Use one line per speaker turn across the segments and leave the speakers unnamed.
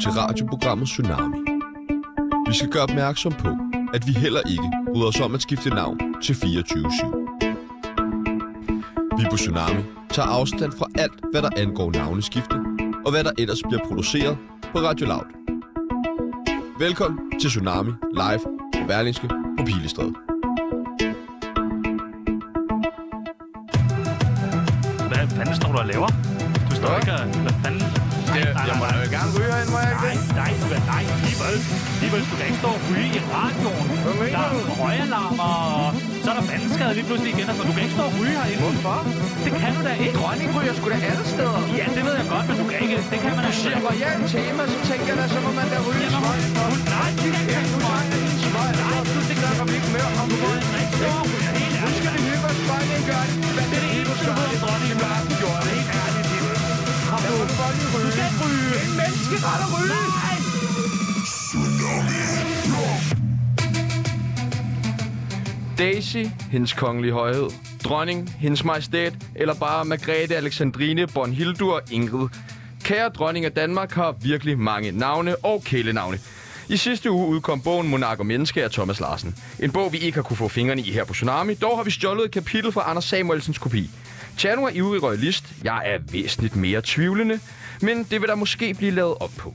til radioprogrammet Tsunami. Vi skal gøre opmærksom på, at vi heller ikke bryder os om at skifte navn til 24-7. Vi på Tsunami tager afstand fra alt, hvad der angår navneskifte, og hvad der ellers bliver produceret på Radio Loud. Velkommen til Tsunami Live på Berlingske på Pilestræde.
Hvad fanden står du og laver? Du står ikke og... Hvad fanden? Nej, nej, nej, nej,
Jeg gerne ryger ind, må jeg
nej, nej, du er- nej, Bibel. Bibel, du kan ikke stå og ryge i radioen.
Hvad mener
Der
du?
er røgalarmer, og så er der vandskade lige pludselig igen, og så du kan ikke stå og ryge herinde.
Hvorfor?
Det kan du da ikke.
Dronning ryger sgu da alle steder.
Ja, det ved jeg godt, men du kan ikke. Det kan man altså
Jeg
ikke.
går hjem til Emma, så tænker jeg da, så må man da ryge
Jamen,
smøg.
hun- nej, det kan
Ja,
ikke
du
smøg.
tager din smøg.
Nej, du
Det gør vi ikke mere om
Du må
det.
ikke drikke, så ryger jeg helt
Nu
ærligt.
skal vi hygge os, smøg, det gør det. Hvad
Det er det eneste, du ved, dronning.
Jamen, har den gjort det?
Helt ærligt, Bibel. Kom
Lad
nu.
mig godt lige
Du
ryge.
skal ikke ryge.
Det er en menneskeret at ryge.
Nej!
Daisy, hendes kongelige højhed, dronning, hendes majestæt, eller bare Margrethe Alexandrine Bornhildur Ingrid. Kære dronning af Danmark har virkelig mange navne og kælenavne. I sidste uge udkom bogen Monark og Menneske af Thomas Larsen. En bog, vi ikke har kunne få fingrene i her på Tsunami, dog har vi stjålet et kapitel fra Anders Samuelsens kopi. Tjano er ivrig royalist, jeg er væsentligt mere tvivlende, men det vil der måske blive lavet op på.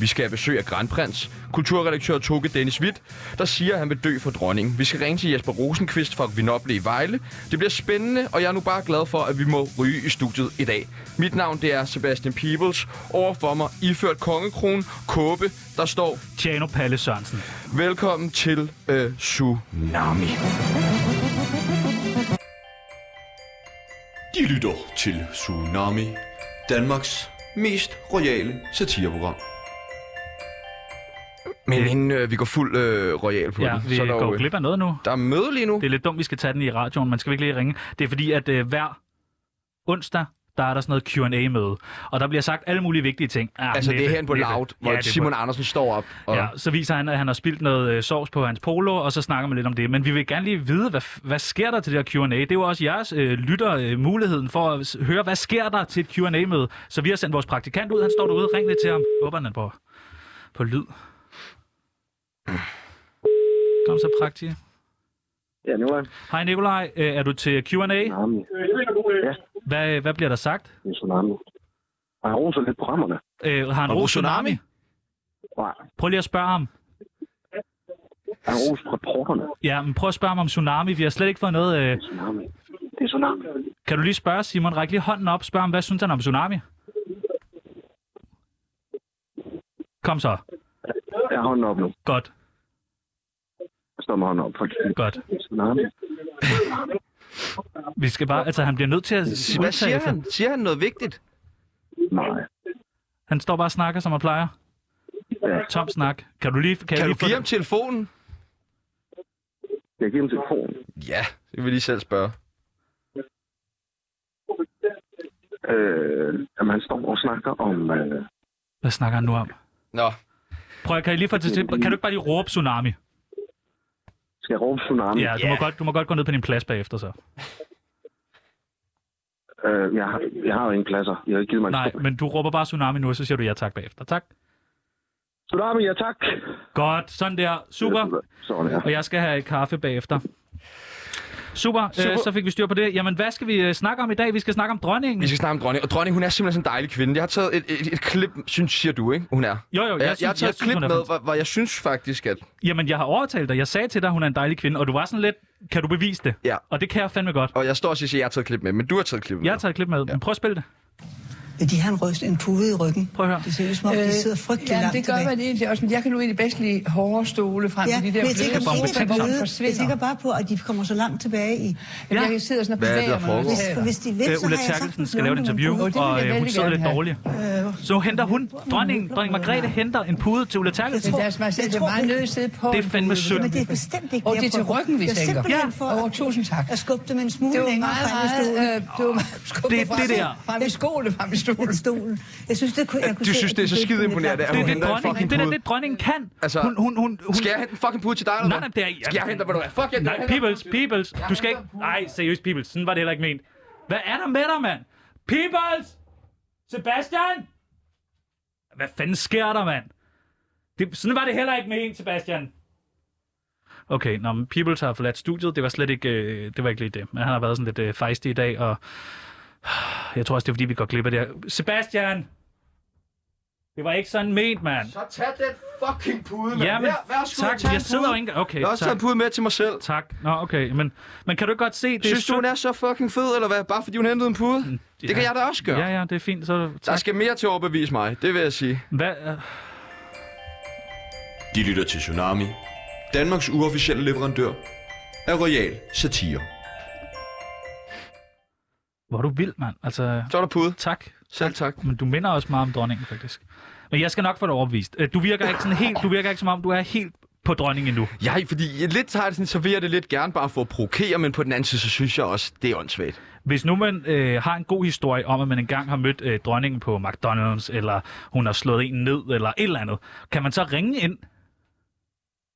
Vi skal have besøg af Grandprins, kulturredaktør Toge Dennis Witt, der siger, at han vil dø for dronningen. Vi skal ringe til Jesper Rosenqvist fra Vinoble i Vejle. Det bliver spændende, og jeg er nu bare glad for, at vi må ryge i studiet i dag. Mit navn det er Sebastian Peebles. Overfor mig iført kongekron, kåbe, der står
Tjano Palle Sørensen.
Velkommen til øh, Tsunami.
De lytter til Tsunami, Danmarks mest royale satireprogram.
Men inden øh, vi går fuld øh, royal på
Ja,
den,
vi
er der,
går
øh,
glip af noget nu.
der er møde lige nu.
Det er lidt dumt, vi skal tage den i radioen. Man skal virkelig lige ringe. Det er fordi, at øh, hver onsdag, der er der sådan noget Q&A-møde. Og der bliver sagt alle mulige vigtige ting. Ah,
altså, det er
næppe,
herinde på
næppe.
Loud, hvor
det er på-
Simon Andersen står op. Og,
Ja, så viser han, at han har spildt noget øh, sovs på hans polo, og så snakker man lidt om det. Men vi vil gerne lige vide, hvad, f- hvad sker der til det her Q&A? Det er jo også jeres øh, lytter øh, muligheden for at s- høre, hvad sker der til et Q&A-møde? Så vi har sendt vores praktikant ud, han står derude, ring lidt til ham. Jeg Håber han er på, på lyd. Kom så, praktik.
Ja, nu er jeg
Hej Nikolaj, Øh, er du til Q&A?
tsunami.
Hvad, hvad bliver der sagt?
Det er tsunami. Og jeg roser lidt programmerne.
Øh, har han
Og
rost
Tsunami?
tsunami?
Nej,
Prøv lige at spørge ham.
jeg roser reporterne.
Ja, men prøv at spørge ham om tsunami. Vi har slet ikke fået noget... Øh...
Tsunami. Det er tsunami.
Kan du lige spørge Simon? Ræk lige hånden op. Spørg ham, hvad synes han om tsunami? Kom så.
Jeg har hånden op nu.
Godt.
Jeg står med hånden op. For
Godt.
tsunami.
Vi skal bare... Altså, han bliver nødt til at...
Hvad
udtale
siger
sig.
han? Siger han noget vigtigt?
Nej.
Han står bare og snakker, som han plejer.
Ja.
Tom snak. Kan du lige... jeg
Kan du
lige få
give
den?
ham telefonen?
Jeg giver dem telefonen.
Ja, det vil jeg lige selv spørge.
Øh, at man står og snakker om... Øh,
Hvad snakker han nu om?
Nå,
Prøv, kan, jeg lige få det til... kan du ikke bare lige råbe tsunami?
skal jeg råbe tsunami?
Ja, du må, godt, du må godt gå ned på din plads bagefter så.
Øh, jeg, har- jeg har jo ingen pladser. Jeg har ikke givet mig en
Nej,
stol.
men du råber bare tsunami nu, og så siger du ja tak bagefter. Tak.
Tsunami, ja tak.
Godt. Sådan der. Super.
Sådan her.
Og jeg skal have kaffe bagefter. Super, Super. Øh,
Super.
så fik vi styr på det. Jamen, hvad skal vi øh, snakke om i dag? Vi skal snakke om dronningen.
vi skal snakke om dronning. Og dronning, hun er simpelthen sådan en dejlig kvinde. Jeg har taget et, et, et klip, synes, siger du, ikke? Hun er.
Jo, jo, jeg,
Jeg, jeg,
synes,
jeg har taget et
synes,
klip
hun er
med,
fant-
hvor, hvor jeg synes faktisk, at...
Jamen, jeg har overtalt dig. Jeg sagde til dig, hun er en dejlig kvinde, og du var sådan lidt, kan du bevise det?
Ja.
Og det kan jeg fandme godt.
Og jeg står og siger, at jeg har taget et klip med, men du har taget et klip med.
Jeg har taget et klip med, ja. men prøv at spille det.
Men de har en, ryst, en pude i ryggen.
Prøv at høre.
Det ser ud som om, de sidder frygtelig
ja,
langt
Øh, det gør man egentlig også, men jeg kan nu egentlig bedst lide hårde stole frem
Ja,
for de
men
der
jeg tænker,
bløde
bare
stole,
på,
som
at
forsvinder.
de forsvinder. jeg tænker bare på, at de kommer så langt tilbage i.
Jamen,
Ja.
jeg kan sidde sådan og
Hvad er det,
bevæge
der
mig. når jeg
foregår?
Hvis, for
sidder.
hvis de vil,
Øh,
så
Ulla
har jeg
Terkelsen
sagtens
skal lave et
nogen, der
interview,
vil bruge
det vil
og
jeg
øh, hun
vældig
sidder lidt
gerne have. Øh,
dårlig. Så henter hun, dronningen, dronning Margrethe henter en pude til Ulla Terkelsen.
Men deres majestæt,
Jeg
det er
tror,
meget
det-
nødt sidde på.
Det er fandme
det. Men
synd.
det er bestemt ikke
Og
det,
det er
jeg
til
prøver.
ryggen, vi
Det er
tænker.
simpelthen
Ja.
for
Åh, tusind tak.
at skubbe dem en
Det
smule
var
længere
meget,
frem i
meget,
stolen.
øh, det var meget skubbe
Det er
frem
det
i-
der.
Frem i skoene, frem i stolen.
Øh, stolen. Jeg synes, det kunne, jeg kunne
Du
se,
synes,
at
det er
de
så
fik
skide
den lidt
imponerende,
langt.
at
Det er
hun
det,
henter en
dronningen,
fucking
det, er
pude.
det, dronningen kan.
Altså,
hun, hun, hun, hun,
Skal jeg hente en fucking pude til dig, eller
Nej,
hvad?
nej, det er-
Skal jeg hente dig, ved du hvad? Fuck, jeg jeg
Nej,
henter-
Peoples, Peoples, du skal ikke... Nej, seriøst, Peoples, sådan var det heller ikke ment. Hvad er der med dig, mand? Peoples! Sebastian! Hvad fanden sker der, mand? Det, sådan var det heller ikke med en, Sebastian. Okay, når Peoples har forladt studiet, det var slet ikke, øh, det var ikke lige det. Men han har været sådan lidt øh, fejstig i dag, og jeg tror også, det er fordi, vi går glip af det her. Sebastian! Det var ikke sådan ment, mand.
Så tag den fucking pude, mand.
Ja, men
Her, værsgo,
tak.
tag en
Jeg sidder
pude.
jo ikke engang- okay,
Jeg har også
tak.
taget en pude med til mig selv.
Tak. Nå, okay. Men, men kan du ikke godt se, det
Synes du,
sødt-
hun er Mm, så fucking fed, eller hvad? Bare fordi hun hentede en pude?
ja.
Det kan jeg da også gøre.
Ja, ja, det er fint. Så,
Der
tak.
skal mere til at overbevise mig, det vil jeg sige.
Hvad, øh,
De lytter til Tsunami. Danmarks uofficielle leverandør af Royal Satire.
hvor er du vild, mand. Altså,
Så er der pude.
tak.
Selv tak.
Men du minder også meget om dronningen, faktisk. Men jeg skal nok få dig overbevist. Øh, Du virker ikke, sådan helt, du virker ikke som om, du er helt på dronningen nu.
Jeg, fordi jeg lidt har det sådan, så vil jeg det lidt gerne bare for at provokere, men på den anden side, så synes jeg også, det er åndssvagt.
Hvis nu man øh, har en god historie om, at man engang har mødt øh, dronningen på McDonald's, eller hun har slået en ned, eller et eller andet, kan man så ringe ind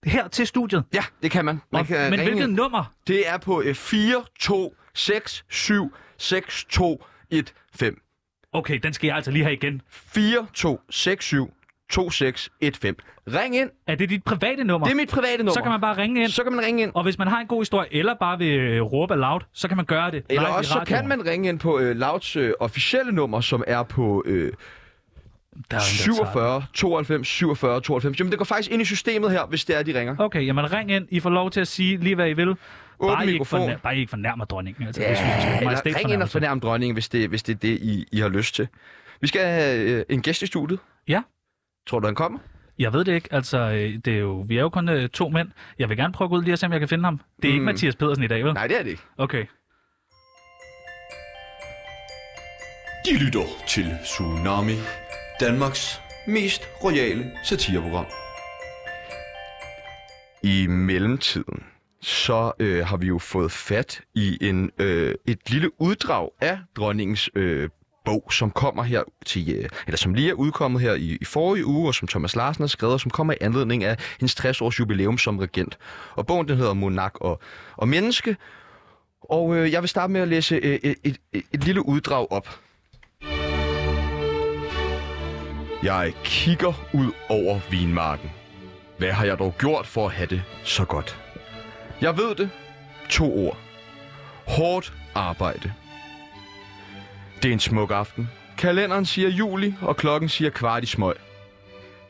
her til studiet?
Ja, det kan man. man
Og-
kan
men
ringe
hvilket
ind.
nummer?
Det er på øh, 4 2 6 7 6 2 1 5.
Okay, den skal jeg altså lige have igen.
4 2 6 7 2 6 1 5. Ring ind.
Er det dit private nummer?
Det er mit private nummer.
Så kan man bare ringe ind.
så kan man ringe ind.
Og hvis man har en god historie, eller bare vil øh, råbe loud, så kan man gøre det.
Eller
live i
også så
radioen.
kan man ringe ind på øh, Louds øh, officielle nummer, som er på øh,
Der er ingen, der tager den.
47 92 47 92. Jamen, det går faktisk ind i systemet her, hvis det er, de ringer.
Okay, jamen ring ind. I får lov til at sige lige, hvad I vil. Bare I, ikke
mikrofon.
fornær- bare I ikke fornærmer dronningen. Altså, det synes jeg,
Ja, eller
majestæt
ring ind og
fornærmelse.
fornærm dronningen, hvis det, hvis det er det, I, I har lyst til. Vi skal have øh, en gæst i studiet.
Ja.
Tror du, han kommer?
Jeg ved det ikke. Altså, øh, det er jo, vi er jo kun øh, to mænd. Jeg vil gerne prøve at gå ud lige og se, om jeg kan finde ham. Det er mm. ikke
Mm.
Mathias Pedersen i dag, vel?
Nej, det er det ikke.
Okay.
De lytter til Tsunami. Danmarks mest royale satireprogram.
I mellemtiden, så øh, har vi jo fået fat i en øh, et lille uddrag af dronningens øh, bog, som kommer her til, øh, eller som lige er udkommet her i, i forrige uge, og som Thomas Larsen har skrevet, og som kommer i anledning af hendes 60 års jubilæum som regent. Og bogen den hedder Monark og, og Menneske, og øh, jeg vil starte med at læse øh, et, et, et lille uddrag op. Jeg kigger ud over vinmarken. Hvad har jeg dog gjort for at have det så godt? Jeg ved det. To ord. Hårdt arbejde. Det er en smuk aften. Kalenderen siger juli, og klokken siger kvart i smøg.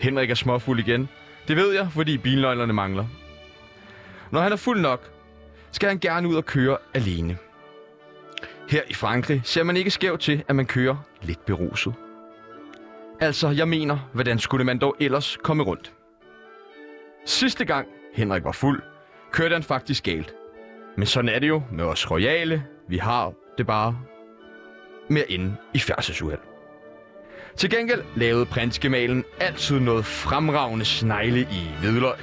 Henrik er småfuld igen. Det ved jeg, fordi bilnøglerne mangler. Når han er fuld nok, skal han gerne ud og køre alene. Her i Frankrig ser man ikke skævt til, at man kører lidt beruset. Altså, jeg mener, hvordan skulle man dog ellers komme rundt? Sidste gang Henrik var fuld, kørte han faktisk galt. Men sådan er det jo med os royale. Vi har det bare med at ende i færdselsuheld. Til gengæld lavede prinsgemalen altid noget fremragende snegle i hvidløg.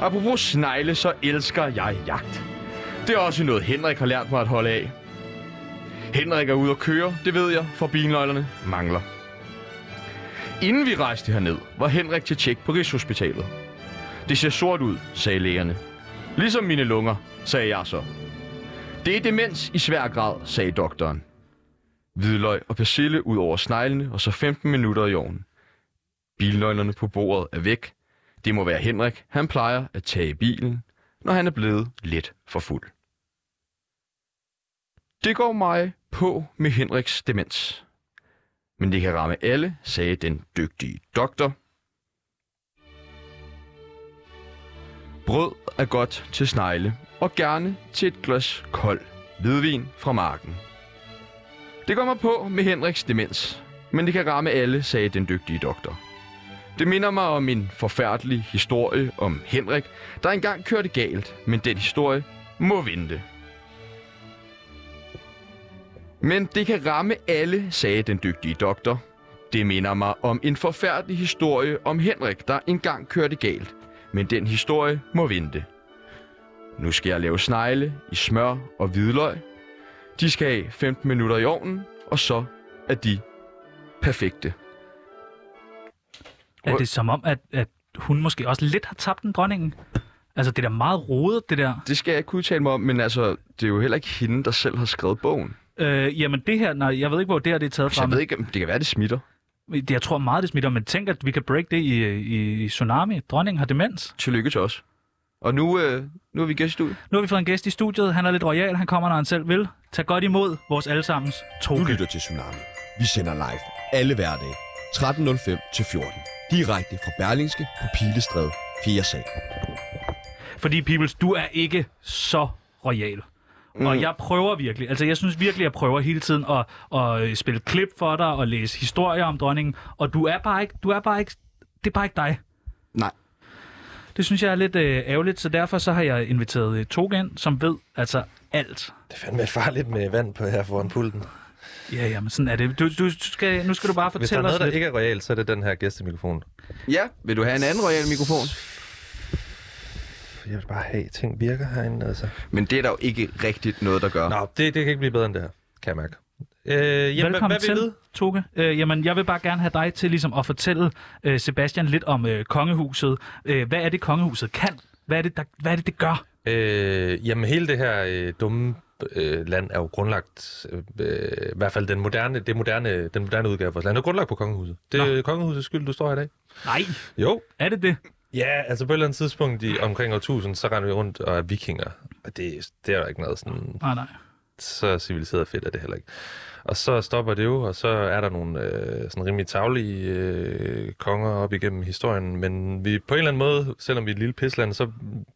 Apropos snegle, så elsker jeg jagt. Det er også noget, Henrik har lært mig at holde af. Henrik er ude at køre, det ved jeg, for bilnøglerne mangler. Inden vi rejste herned, var Henrik til tjek på Rigshospitalet. Det ser sort ud, sagde lægerne. Ligesom mine lunger, sagde jeg så. Det er demens i svær grad, sagde doktoren. Hvidløg og persille ud over sneglene, og så 15 minutter i ovnen. Bilnøglerne på bordet er væk. Det må være Henrik. Han plejer at tage i bilen, når han er blevet lidt for fuld. Det går mig på med Henriks demens. Men det kan ramme alle, sagde den dygtige doktor, Brød er godt til snegle, og gerne til et glas kold hvidvin fra marken. Det kommer på med Henriks demens, men det kan ramme alle, sagde den dygtige doktor. Det minder mig om en forfærdelig historie om Henrik, der engang kørte galt, men den historie må vente. Men det kan ramme alle, sagde den dygtige doktor. Det minder mig om en forfærdelig historie om Henrik, der engang kørte galt, men den historie må vente. Nu skal jeg lave snegle i smør og hvidløg. De skal have 15 minutter i ovnen, og så er de perfekte.
Er det som om, at, at hun måske også lidt har tabt den dronningen? Altså, det er da meget rodet, det der.
Det skal jeg ikke udtale mig om, men altså, det er jo heller ikke hende, der selv har skrevet bogen.
Øh, jamen, det her, nej, jeg ved ikke, hvor det her det er taget
Så
fra.
jeg
men-
ved ikke, om det kan være, det smitter.
Det- Jeg tror meget, det smitter, men tænk, at vi kan break det i, i, i Tsunami. Dronningen har demens.
Tillykke til os. Og nu, øh, nu er vi gæst ud.
Nu har vi fået en gæst i studiet. Han er lidt royal. Han kommer, når han selv vil. Tag godt imod vores allesammens
Du
troke.
lytter til Tsunami. Vi sender live alle hverdage 13.05 til 14. Direkte fra Berlingske på Pilestræde 4. sal.
Fordi, Peoples, du er ikke så royal. Mm. Og jeg prøver virkelig, altså jeg synes virkelig, jeg prøver hele tiden at, at øh, spille klip for dig og læse historier om dronningen, og du er bare ikke, du er bare ikke, det er bare ikke dig.
Nej.
Det synes jeg er lidt øh, ærgerligt, så derfor så har jeg inviteret øh, Toge ind, som ved altså alt.
Det er fandme farligt med vand på her foran pulten.
Ja, ja, men sådan er det. Du, du skal, nu skal du bare
Hvis der
fortælle
er
os
noget, der
lidt.
ikke er royal, så er det den her gæstemikrofon.
Ja, vil du have en anden royal mikrofon?
Pff, Jeg vil bare have, at ting virker herinde, altså.
Men det er der jo ikke rigtigt noget, der gør.
Nå, det, det kan ikke blive bedre end det her, kan jeg mærke. Øh,
Velkommen
jamen, hvad, hvad
til,
Vil I vide?
Toge. Øh, jamen, jeg vil bare gerne have dig til ligesom at fortælle øh, Sebastian lidt om øh, kongehuset. Øh, hvad er det, kongehuset kan? Hvad er det, der, hvad er det, det gør?
Øh, jamen, hele det her øh, dumme øh, land er jo grundlagt, øh, øh, i hvert fald den moderne, det moderne, den moderne udgave af vores land, er grundlagt på kongehuset. Det er kongehusets skyld, du står her i dag.
Nej,
Jo.
er det det?
Ja, altså på et eller andet tidspunkt i omkring årtusind, så render vi rundt og er vikinger. Og det, det er der ikke noget sådan
Nej, nej.
så civiliseret fedt er det heller ikke. Og så stopper det jo, og så er der nogle øh, sådan rimelig tavlige øh, konger op igennem historien, men vi på en eller anden måde, selvom vi er et lille pisland, så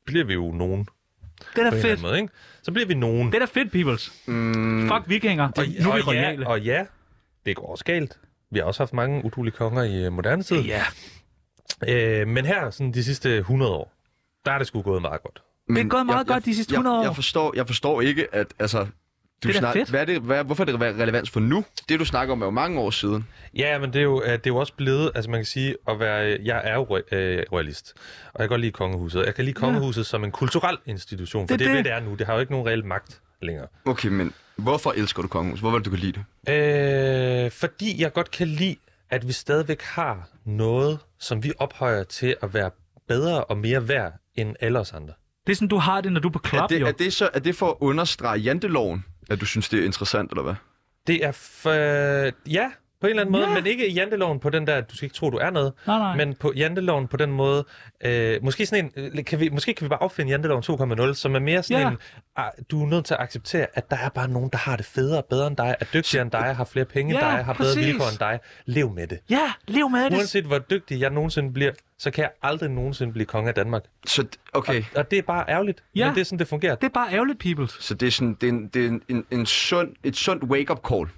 bliver vi jo nogen på
Det er da
en eller
fedt.
anden måde, ikke? Så bliver vi nogen.
Det er da fedt, peoples. Mm. Fuck vikinger. Og, nu er vi
og, ja,
royale.
og ja, det går også galt. Vi har også haft mange udulige konger i øh, moderne tid.
Ja,
Øh, men her, sådan de sidste 100 år, der er det sgu gået meget godt.
Men
Det er gået meget godt de sidste 100
jeg,
år.
jeg, forstår, jeg forstår ikke, at altså... Du
Det er da
snak,
fedt.
Hvad er det, hvad, hvorfor er det relevans for nu? Det, du snakker om, er jo mange år siden.
Ja, men det er, jo, øh, det er jo også blevet, altså man kan sige, at være, jeg er jo re- øh, royalist, og jeg kan godt lide kongehuset. Jeg kan lide kongehuset ja. som en kulturel institution, for
Det
det
er
er det,
det.
det er nu. Det har jo ikke nogen reel magt længere.
Okay, men hvorfor elsker du kongehus? Hvorfor er det, du kan lide det?
Øh, fordi jeg godt kan lide, at vi stadigvæk har noget, som vi ophøjer til at være bedre og mere værd end alle os andre.
det er sådan, du har det, når du er på
Er
klub,
det,
jo.
er, det så, er det for at understrege janteloven, at du synes, det er interessant, eller hvad?
Det er, f- ja, på en eller anden måde, ja. men ikke janteloven på den der, at du skal ikke tro, du er noget.
Nej, nej.
Men på janteloven på den måde, øh, måske, sådan en, øh, kan vi, måske kan vi bare opfinde janteloven 2.0, som er mere sådan
Ja.
ja. en, ah, du er nødt til at acceptere, at der er bare nogen, der har det federe, bedre end dig, er dygtigere end dig, har flere penge end
Ja,
dig, har
præcis.
bedre vilkår end dig. Lev med det.
Ja, lev med det.
Uanset hvor dygtig jeg nogensinde bliver, så kan jeg aldrig nogensinde blive konge af Danmark.
Så, okay,
Og det er bare ærgerligt,
Ja.
ja. men det er sådan, det fungerer.
Det er bare ærgerligt, peoples.
så det er sådan det er en, det er en, en, en sund, et sundt wake-up call.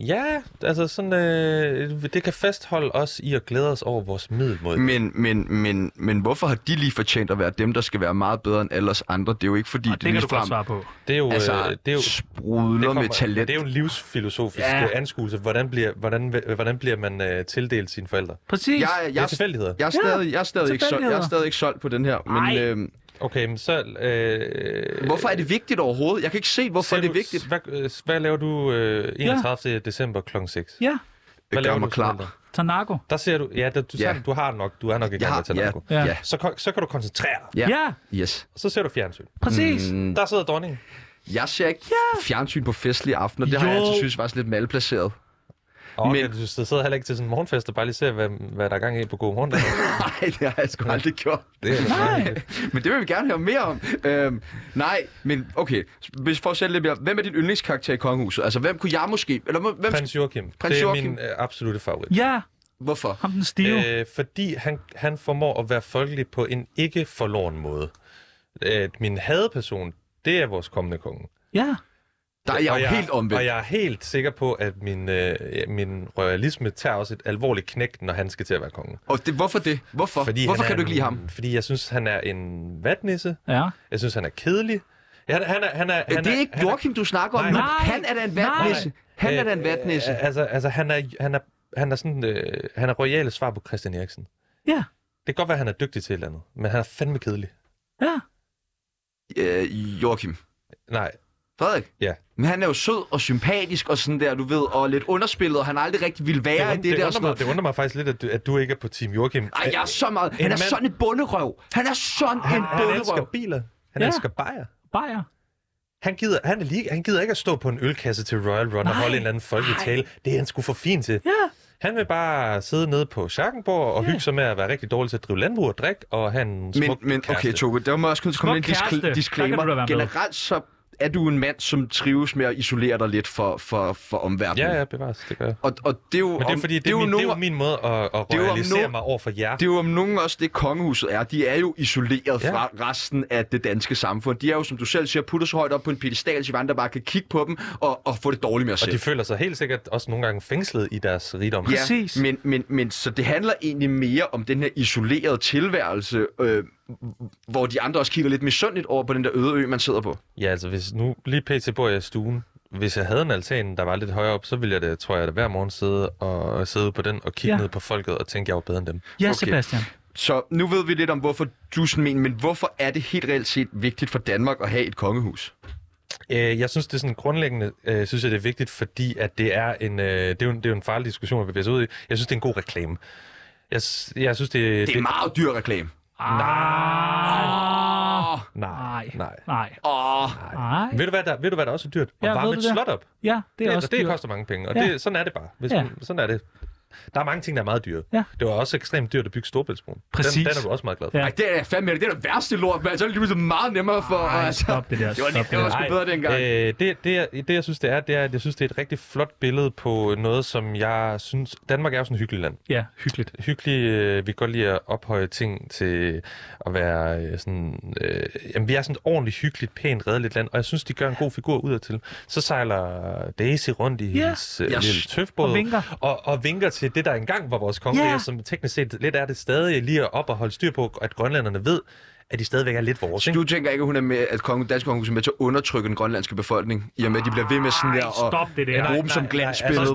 Ja, altså sådan, øh, det kan fastholde os i at glæde os over vores middelmåde.
Men, men, men, men hvorfor har de lige fortjent at være dem, der skal være meget bedre end alle os andre? Det er jo ikke, fordi
Og det kan du godt
ligefrem
svare på.
Det er jo, øh,
altså,
det er jo
sprudler med talent.
Det er jo en livsfilosofisk
Ja.
ja. anskuelse. Hvordan bliver, hvordan, hvordan bliver man øh, tildelt sine forældre?
Præcis.
jeg, jeg,
Det er tilfældigheder.
Jeg er stadig, jeg er stadig, ikke, solgt, jeg er
tilfældigheder.
stadig ikke solgt på den her. Men
Ej.
øh,
Okay, men så... Øh,
hvorfor er det vigtigt overhovedet? Jeg kan ikke se, hvorfor
ser
det er
du-
vigtigt.
Hvad, øh, hvad laver du øh, 31. Ja. december kl. 6?
Ja,
Hvad
gør
laver
mig
som
klar.
forælder?
Tanako.
Der ser du... Ja, der, du,
Ja.
ja. du har nok... Du er nok i
Jeg
gang med
har, ja,
Tanako.
Ja.
ja, ja,
Så, kon- så kan du koncentrere dig.
Ja,
ja.
ja
Yes.
Og så ser du fjernsyn.
præcis.
Mm.
Der sidder dronningen.
Jeg ser ikke fjernsyn på festlige aftener. Det har jeg
Jo.
altid synes var sådan lidt malplaceret.
Og
Men-
men... du sidder heller ikke til sådan en morgenfest og bare lige ser, hvad, hvad der er gang i på god morgen.
Nej, det har jeg sgu aldrig gjort.
Det er
Nej.
Men det vil vi gerne høre mere om. Øhm, nej, men okay. Hvis for at sætte lidt mere. Hvem er din yndlingskarakter i Kongehuset? Altså, hvem kunne jeg måske... Eller hvem, hvem-
Prins Joachim.
Prins
det er
Joachim.
min øh, absolute favorit.
Ja,
Hvorfor?
ham den stive. Øh,
Øh, fordi han, han formår at være folkelig på en ikke forloren måde. Øh, min hadeperson, det er vores kommende konge.
ja,
Der er jeg jo
og
helt omvendt.
Og jeg er helt sikker på, at min, øh, ja, min royalisme tager også et alvorligt knæk, når han skal til at være konge.
Og det, hvorfor det? Hvorfor? hvorfor
han er
kan du ikke lide ham?
en- Fordi jeg synes, han er en vatnisse.
ja.
Jeg synes, han er kedelig. Han, han er, han er,
Ja,
han
Øh, det er ikke
han
Joachim, du snakker om
Nej,
nu.
nej,
Han er da en
nej.
vatnisse. Han er da en
Øh,
vatnisse.
øh, Altså, altså han, er, han, er, han er sådan... Øh, han er royale svar på Christian Eriksen.
Ja,
Det kan godt være, at han er dygtig til et eller andet, men han er fandme kedelig.
ja.
Øh, Joachim.
Nej,
Frederik?
Ja.
Men han er jo sød og sympatisk og sådan der, du ved, og lidt underspillet, og han aldrig rigtig ville være i
det,
det,
und, det,
der.
det,
og
undrer
sådan
mig, det undrer mig faktisk lidt, at du, at du ikke er på Team Joachim.
Ej, jeg er så meget. Han
En
er
mand- Ah,
sådan en bunderøv. Han er sådan en
han elsker
bunderøv.
biler. Han
Ja.
ja. elsker bajer.
Bajer.
Han gider, han, er lige, han gider ikke at stå på en ølkasse til Royal Run Nej. og
Nej.
holde en eller anden folkelig tale. Det er han sgu for fin til.
Ja,
Han vil bare sidde nede på Schackenborg og hygge sig med at være rigtig dårlig til at drive landbrug og drikke, og have en
Men,
smuk
men okay,
kæreste.
Toge, der må jeg også kunne komme med en
Smuk kæreste. Der kan
diskl-
du da
disclaimer.
være med.
Generelt så er du en mand, som trives med at isolere dig lidt for, for, for omverdenen.
Ja, ja, bevares, det gør jeg.
Og, og det er jo,
Men det er
om-
fordi, det, det, er, min,
jo
det er jo
nogle-
min måde at, at
det er jo om
realisere
nogen-
mig over for jer.
Det er jo om nogen også det, kongehuset er. De er jo isoleret
Ja.
ja. fra resten af det danske samfund. De er jo, som du selv siger, puttet så højt op på en pedestal, så andre bare kan kigge på dem og, og få det dårligt med os
Og
selv.
de føler sig helt sikkert også nogle gange fængslet i deres rigdom.
Præcis.
Ja, men, men, men så det handler egentlig mere om den her isolerede tilværelse, øh, hvor de andre også kigger lidt misundeligt over på den der øde ø, man sidder på.
Ja, altså hvis nu lige pt. bor jeg i stuen. Hvis jeg havde en altan, der var lidt højere op, så ville jeg da, tror jeg, da hver morgen sidde og sidde på den og kigge
Ja.
ja. ned på folket og tænke, jeg var bedre end dem.
Ja,
Okay.
Sebastian.
Så nu ved vi lidt om, hvorfor du sådan mener, men hvorfor er det helt reelt set vigtigt for Danmark at have et kongehus?
Øh, jeg synes, det er sådan grundlæggende, øh, synes jeg, det er vigtigt, fordi at det er en, øh, det er jo en, det er jo en farlig diskussion at bevæge sig ud i. Jeg synes, det er en god reklame. Jeg, s- jeg synes, det,
Det er en meget dyr reklame.
Nej.
Nej, nej.
Nej.
Åh,
Nej.
Ved du, hvad der, ved du, hvad der også er dyrt? At
Ja, ved
varme
du
et
det?
slot op.
Ja, det
Det,
er også
det, også det
dyrt.
koster mange penge, og
Ja.
ja. det, sådan er det bare. Hvis
Ja.
ja. man, sådan er det. Der er mange ting, der er meget dyre.
Ja.
Det var også ekstremt dyrt at bygge Storbæltsbroen.
Præcis.
Den, den er du også meget glad for.
Ja.
Ja.
Ej, det er fandme det er det værste lort, mand. Så er det lige pludselig meget nemmere for...
Ej, stop Altså, det der,
Det var,
stop det
det var
der.
sgu bedre dengang.
Øh, det, det, jeg- det, jeg synes, det er, det er, at jeg synes, det er et rigtig flot billede på noget, som jeg synes... Danmark er jo sådan et hyggeligt land.
Ja, hyggeligt.
Hyggeligt, øh, vi kan godt lide at ophøje ting til at være øh, sådan... Øh, jamen, vi er sådan et ordentligt, hyggeligt, pænt, redeligt land, og jeg synes, de gør en god figur udadtil. Så sejler Daisy rundt i
Ja.
ja. hendes øh,
Jeg
lille
s-
tøfbåd.
Og vinker.
Og, og vinker til det, der engang var vores kongerige,
Ja.
ja. som teknisk set lidt er det stadig lige at op og holde styr på, at grønlænderne ved, at de stadigvæk er lidt vores.
Så
Ikke?
du tænker ikke, at hun er med, at kongen, dansk kongehus er med til at undertrykke den grønlandske befolkning, i og med, at de bliver ved med sådan der
Ej, stop det der.
at bruge
Nej,
dem som
nej,
glansbillede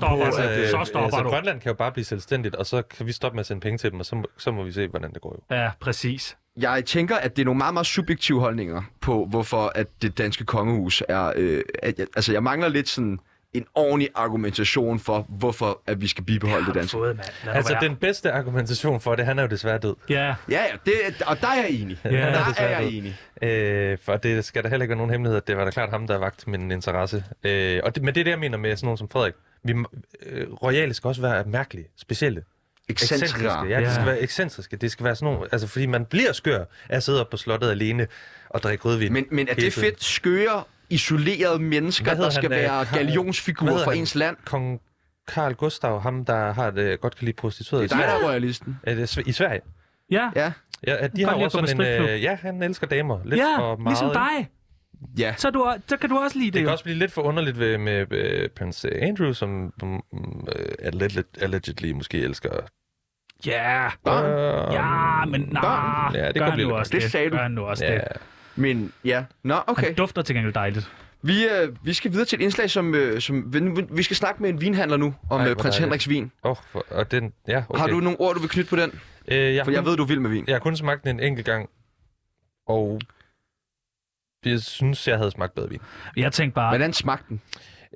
nej,
på.
stopper
at,
det.
øh,
Så stopper
så
du.
altså, Grønland kan jo bare blive selvstændigt, og så kan vi stoppe med at sende penge til dem, og så må, så må vi se, hvordan det går jo.
Ja, præcis.
Jeg tænker, at det er nogle meget, meget subjektive holdninger på, hvorfor at det danske kongehus er... Øh, at, jeg- altså, jeg mangler lidt sådan en ordentlig argumentation for, hvorfor at vi skal bibeholde det
Har du
danske.
Fået, mand. Lad nu
Altså,
være.
den bedste argumentation for det, han er jo desværre død.
Ja,
Ja, ja, det, og der er jeg enig.
Ja,
det
der
er
er jeg
svært.
enig.
Øh, for det skal der heller ikke være nogen hemmelighed, at det var da klart ham, der vagt min interesse. Øh, og det, men det er det, jeg mener med sådan nogen som Frederik. Vi, må- øh, royale skal også være mærkelige, specielle.
Excentriske.
Ja,
Ja.
det skal være ekscentriske. Det skal være sådan nogle... Altså, fordi man bliver skør af at sidde oppe på slottet alene og drikke rødvin.
Men, men er
hele
det
tiden.
fedt skøre, isolerede mennesker,
Hvad hedder
der skal
han, øh,
være
Karl- Hvad
galionsfigurer
hedder
for
han?
ens land?
Kong Karl Gustav, ham der har det, godt kan lide prostitueret
Det er dig, der er royalisten.
Er det Sve- I Sverige.
ja.
Ja,
Ja,
Godt
at de har
lide
jo
at gå
også sådan
med
en...
stripklub.
Øh, ja, han elsker damer. Lidt
Ja,
for meget.
ligesom
ikke?
dig.
ja.
Så, er du, så kan du også lide det.
Det kan
jo.
også blive lidt for underligt ved, med øh, prins øh, Andrew, som mm, øh, allegedly, allegedly måske elsker
Ja,
Børn.
børn.
ja, men nej.
Ja, det
gør
kan
han
blive
nu
lidt-
også det.
det sagde du.
Gør han nu også
Ja,
det.
Men ja, nå okay.
Han dufter til gengæld dejligt.
Vi, øh, vi skal videre til et indslag, som, øh, som vi- vi skal snakke med en vinhandler nu, om
Ej,
Ej,
hvor
prins
dejligt.
Henriks vin.
oh, for, og den, ja, okay.
Okay. Har du nogle ord, du vil knytte på den?
Øh, jeg,
For jeg ved, du er vild med vin.
jeg har kun smagt den en enkelt gang, og jeg synes, jeg havde smagt bedre vin.
Jeg tænkte bare,
Hvordan smagte den?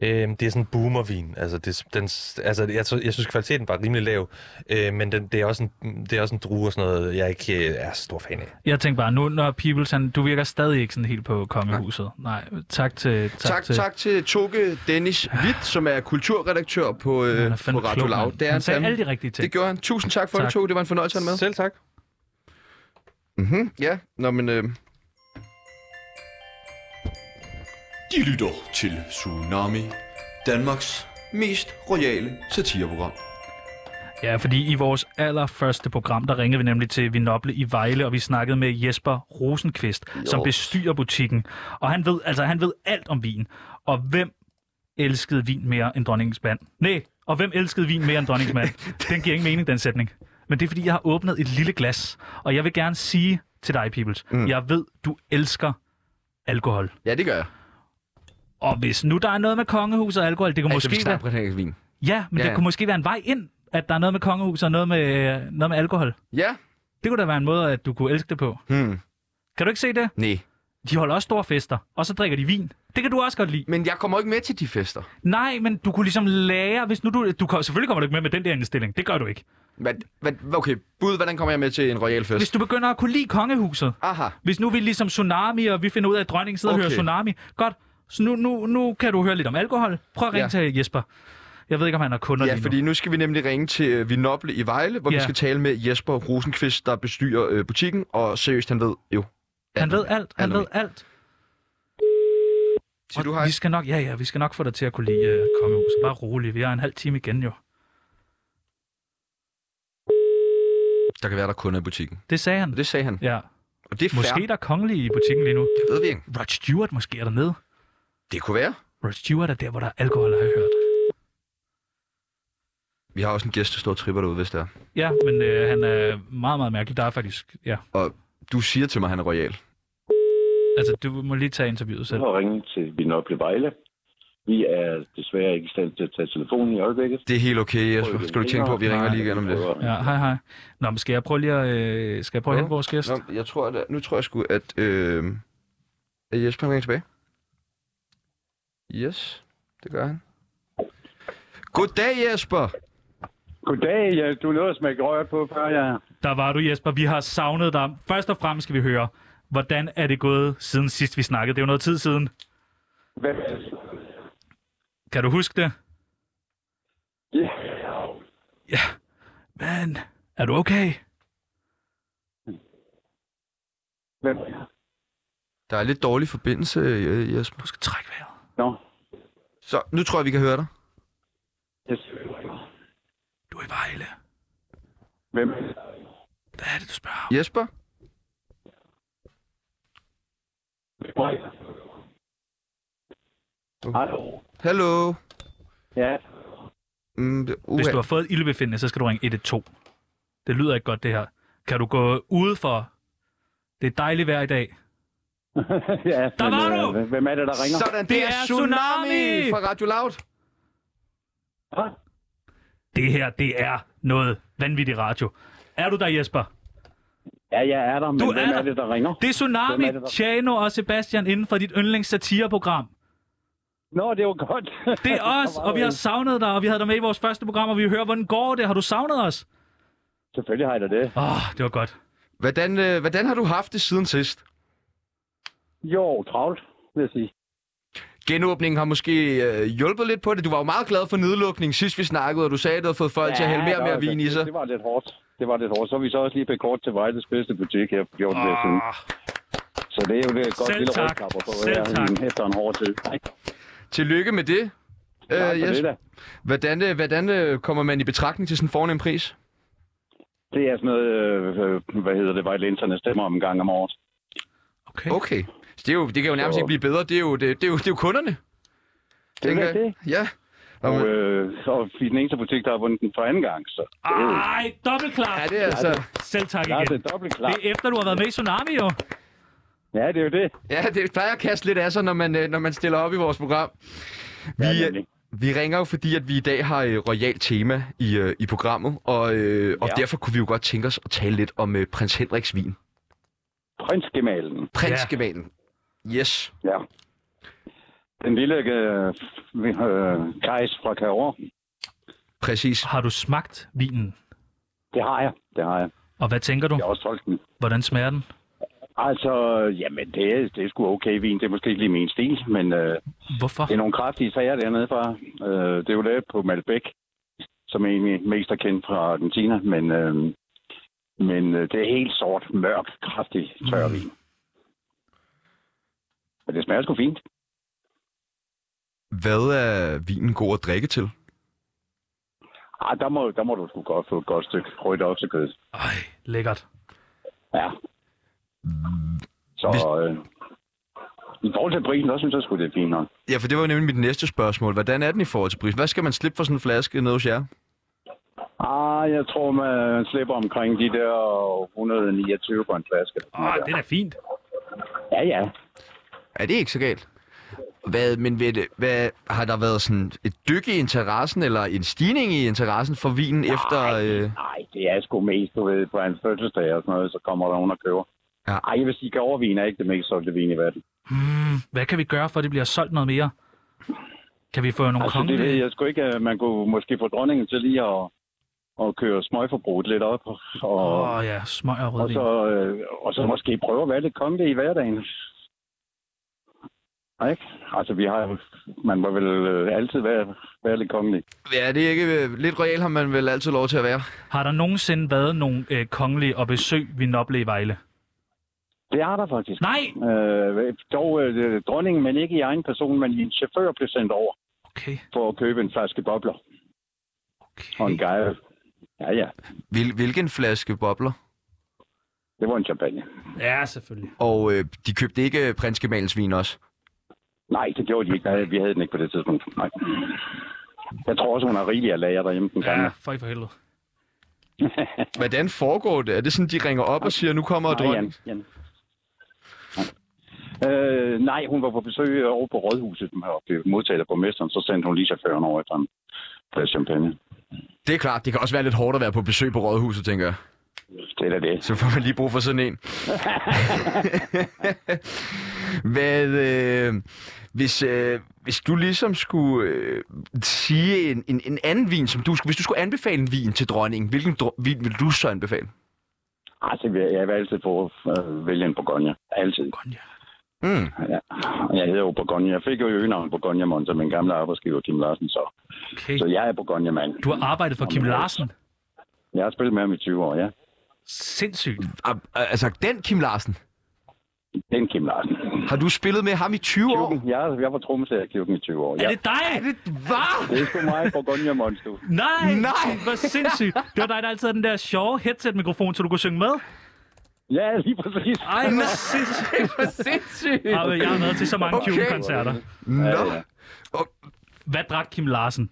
Øhm, det er sådan en boomervin. Altså, det, den, altså jeg, tror- jeg synes, kvaliteten var rimelig lav, øh, men den, det, er også en, det er også en drue og sådan noget, jeg ikke øh, er stor fan af.
jeg tænkte bare nu når Peoples, han, du virker stadig ikke sådan helt på kongehuset. Nej, tak til... Tak,
Tak, tak,
til.
til... tak til Toke Dennis Witt, som er kulturredaktør på,
Han
øh,
er
på
fandme
Radio
klog,
Loud.
mand. Han sagde
fandme-
alle de rigtige ting.
Det gjorde han. Tusind tak for
Tak.
det, Toge. Det var en fornøjelse at have
Selv tak.
med. Mm-hmm. Ja, nå men... Øh,
De lytter til Tsunami, Danmarks mest royale satireprogram.
Ja, fordi i vores allerførste program, der ringede vi nemlig til Vinoble i Vejle, og vi snakkede med Jesper Rosenqvist, jo. som bestyrer butikken. Og han ved, altså, han ved alt om vin. Og hvem elskede vin mere end dronningens mand? Nej, og hvem elskede vin mere end dronningens mand? Den giver ingen mening, den sætning. Men det er, fordi jeg har åbnet et lille glas, og jeg vil gerne sige til dig, Peoples, mm. jeg ved, du elsker alkohol.
ja, det gør jeg.
Og hvis nu der er noget med kongehuset og alkohol, det kunne
altså, vi
måske være...
snakker prins Henriks vin.
Ja, men
Ja,
det
ja.
kunne måske være en vej ind, at der er noget med kongehuset og noget med, øh, noget med alkohol.
Ja?
Det kunne da være en måde, at du kunne elske det på.
Hmm.
Kan du ikke se det?
Nej.
De holder også store fester, og så drikker de vin. Det kan du også godt lide.
Men jeg kommer ikke med til de fester. Nej,
Nej, men du kunne ligesom lære, hvis nu du... du kom, selvfølgelig kommer du ikke med med den der indstilling. Det gør du ikke.
Hvad, hvad, okay, bud, hvordan kommer jeg med til en royal fest?
Hvis du begynder at kunne lide kongehuset.
Aha.
Hvis nu vi ligesom Tsunami, og vi finder ud af, at dronningen sidder okay. og
Okay.
hører Tsunami. Godt, så nu, nu, nu kan du høre lidt om alkohol. Prøv at ringe ja.
Ja.
til Jesper. Jeg ved ikke, om han har kunder
Ja,
lige nu.
fordi nu skal vi nemlig ringe til øh, Vinoble i Vejle, hvor ja.
Ja.
vi skal tale med Jesper Rosenqvist, der bestyrer øh, butikken, og seriøst, han ved jo.
Han ved alt. Han
Allerede.
ved alt.
Siger
Og
du hej?
Vi skal nok, ja, ja, vi skal nok få dig til at kunne lide uh, kongehuset. Bare rolig, vi har en halv time igen jo.
Der kan være, der er kunder i butikken.
Det sagde han.
Og det sagde han.
Ja.
Og det er
Måske
fair.
der er kongelige i butikken lige nu.
Det ved vi ikke.
Rod Stewart måske er dernede.
Det kunne være.
Rod Stewart er der, hvor der er alkohol, har jeg hørt.
Vi har også en gæst, der står og tripper derude, hvis det er.
Ja, men øh, han er meget, meget mærkelig. Der er faktisk, ja.
Og du siger til mig, at han er royal.
Altså, du må lige tage interviewet selv.
Jeg har ringet til Vinople Vejle. Vi er desværre ikke i stand til at tage telefonen i øjeblikket.
Det er helt okay, Jesper. Skal du tænke på, at vi ringer lige igen om det?
Ja, hej, hej. Nå, men skal jeg prøve lige at, øh, skal jeg prøve at
Jo.
hente vores gæst?
Nå, jeg tror, at, nu tror jeg sgu, at, øh, at Jesper han ringer tilbage. Yes, det gør han. Goddag, Jesper!
Goddag, ja, du nåede at smække røret på, før jeg...
Der var du, Jesper. Vi har savnet dig. Først og fremmest skal vi høre, hvordan er det gået siden sidst, vi snakkede? Det er jo noget tid siden.
Hvad?
Kan du huske det?
Ja.
Ja. Men, er du okay?
Hvad?
Der er lidt dårlig forbindelse, øh, Jesper.
Du skal trække vejret.
Nå.
Så nu tror jeg, vi kan høre dig.
Yes.
Du er i Vejle.
Hvem?
Hvad er det, du spørger om?
Jesper?
Hallo.
Hallo?
Ja.
Mm, det- uha.
Hvis du har fået et ildbefindende, så skal du ringe 112. Det lyder ikke godt, det her. Kan du gå udenfor? Det er dejligt vejr i dag.
ja
Der var
øh,
du!
hvem- Hvem er det, der ringer?
Sådan, det,
Det
er
er
Tsunami,
Tsunami!
fra Radio Loud.
Hva?
Det her, det er noget vanvittigt radio. Er du der, Jesper?
Ja, jeg er der, men
Du
hvem
er der.
er det, der ringer?
Det er Tsunami,
Hvem er det, der-
Tjano og Sebastian inden for dit yndlingssatireprogram.
Nå, det var godt.
Det er os, og vi har savnet dig, og vi havde dig med i vores første program, og vi hører, hvordan går det? Har du savnet os?
Selvfølgelig har jeg da det.
Åh, oh, det var godt.
Hvordan, øh, hvordan har du haft det siden sidst?
Jo, travlt, vil jeg sige.
Genåbningen har måske øh, hjulpet lidt på det. Du var jo meget glad for nedlukningen sidst, vi snakkede, og du sagde, at du havde fået folk ja, til at hælde mere og
nå,
mere vin i
det,
sig.
Det var lidt hårdt. Det var lidt hårdt. Så er vi så også lige blevet kort til Vejles bedste butik her på 14. Oh. Så det er jo det godt
Ah. Selv
lille
tak.
rødkapper på
Selv
her
tak.
i- efter en hård tid. Nej,
Tillykke med det.
tak
Øh,
for det
Jesper.
da.
Hvordan, øh, hvordan øh, kommer man i betragtning til sådan en fornem pris?
Det er sådan noget, øh, øh, hvad hedder det, vejlenserne stemmer om en gang om året.
Okay. okay.
Okay. Så det, er jo, det kan jo nærmest
Så-
ikke blive bedre. Det er jo, det, det er jo, det er jo kunderne.
Det
tænker
er
jeg.
det.
Ja. Og,
Og, øh, og vi er den eneste butik, der har vundet den for anden gang. Så
Ej, dobbelt klar.
ja, det er altså...
Selv tak
der er
igen.
det dobbelt
Det
klart.
er efter, du har været med i Tsunami, jo.
Ja, det er jo det.
Ja, det plejer at kaste lidt af sig, når man, øh, når man stiller op i vores program. Vi,
Ja,
øh,
nemlig.
vi ringer jo, fordi at vi i dag har øh, royalt tema i, øh, i programmet, og, øh, og
Ja.
derfor kunne vi jo godt tænke os at tale lidt om øh, prins Henriks vin.
Prinsgemalen.
Prinsgemalen. Yes.
Ja. Den lille øh, øh, kejs fra Kaor.
Præcis.
Har du smagt vinen?
Det har jeg. Det har jeg.
Og hvad tænker
Jeg har
du?
også solgt den.
Hvordan smager den?
Altså, jamen, det er, det er sgu okay vin. Det er måske ikke lige min stil, men øh,
Hvorfor?
det er nogle kraftige sager dernede fra. Øh, det er jo lavet på Malbec, som egentlig mest er kendt fra Argentina, men, øh, men øh, det er helt sort, mørkt, kraftig tørvin. Mm. Men det smager sgu fint.
Hvad er vinen god at drikke til?
Ah, der, må, der må du sgu godt få et godt stykke rødt oksekød.
Ej, lækkert.
Ja. Så
Hvis-
øh, i forhold til prisen, der synes jeg sgu, det er fint nok.
Ja, for det var jo nemlig mit næste spørgsmål. Hvordan er den i forhold til prisen? Hvad skal man slippe for sådan en flaske nede hos jer?
Ah, jeg tror, man slipper omkring de der 129 på en flaske.
Åh, Ah, det er da fint.
Ja, ja.
Er det ikke så galt? Hvad, men ved det, hvad, har der været sådan et dyk i interessen, eller en stigning i interessen for vinen Nej. efter... Øh,
Nej, det er sgu mest, du ved, på en fødselsdag og sådan noget, så kommer der nogen og køber.
Ja.
Ja. Ej, jeg vil sige, gavervin er ikke det mest solgte vin i verden.
Hmm, hvad kan vi gøre, for at det bliver solgt noget mere? Kan vi få nogle
Altså, det ved
kongelige?
jeg sgu ikke. at Man kunne måske få dronningen til lige at, at køre smøgforbruget lidt op. Og,
Åh ja, smøg og
og,
rødvin.
så, øh, og så måske prøve at være lidt kongelig i hverdagen. Nej, Ikke? Altså, vi har jo... Man må vel øh, altid være, være lidt kongelig.
Ja, det er ikke... øh, Lidt royal har man vel altid lov til at være.
Har der nogensinde været nogle øh, kongelige og besøg ved Noble i Vejle?
Det er der faktisk.
Nej!
Øh, dog øh, dronningen, men ikke i egen person, men en chauffør blev sendt over
Okay.
for at købe en flaske bobler og en
okay.
gejl. Ja, ja.
Hvil, hvilken flaske bobler?
Det var en champagne.
Ja, selvfølgelig.
Og øh, de købte ikke prins Gemals vin også.
Nej, det gjorde de ikke. Nej, vi havde den ikke på det tidspunkt. Nej. Jeg tror også, hun har rigeligt at lager derhjemme, den gamle.
Ja, for i for helvede.
Hvordan foregår det? Er det sådan, de ringer op og siger, nu kommer
Nej,
dronningen?
Jan. Nej. Øh, nej, hun var på besøg over på Rådhuset og blev modtaget af borgmesteren. Så sendte hun lige chaufføren over efter en flaske champagne.
Det er klart, det kan også være lidt hårdt at være på besøg på Rådhuset, tænker jeg.
Det er da det.
Så får man lige brug for sådan en. Hvad, øh, hvis, øh, hvis du ligesom skulle øh, sige en, en, en anden vin, som du, skulle- hvis du skulle anbefale en vin til dronningen, hvilken dro- vin vil du så anbefale?
Altså, jeg jeg vil altid få øh, vælge en Bourgogne. Altid.
Gonja.
Mm.
Ja. Jeg hedder jo Bourgogne. Jeg fik jo øgenavn Bourgogne som min gamle arbejdsgiver, Kim Larsen. Så,
Okay.
så jeg er Bourgogne-mand.
Du har arbejdet for Kim Larsen.
Jeg har spillet med ham i 20 år, ja.
Sindssygt.
Al- altså, den Kim Larsen.
Det er en Kim Larsen.
Har du spillet med ham i 20 år?
Kirken, jeg, jeg var trommeslager i Kirken i 20 år.
Er
Ja.
det dig?
Hvad?
Det er sgu mig, Bourgogne-mand, du.
Nej!
Nej!
Hvor sindssygt. Det var dig, der altid havde den der sjove headset-mikrofon, så du kunne synge med.
Ja, lige præcis.
Ej, hvor sindssygt.
Hvor sindssygt!
Ej, men Jeg har været til så mange
Okay.
okay. koncerter
Nå.
ja.
Hvad drak Kim Larsen?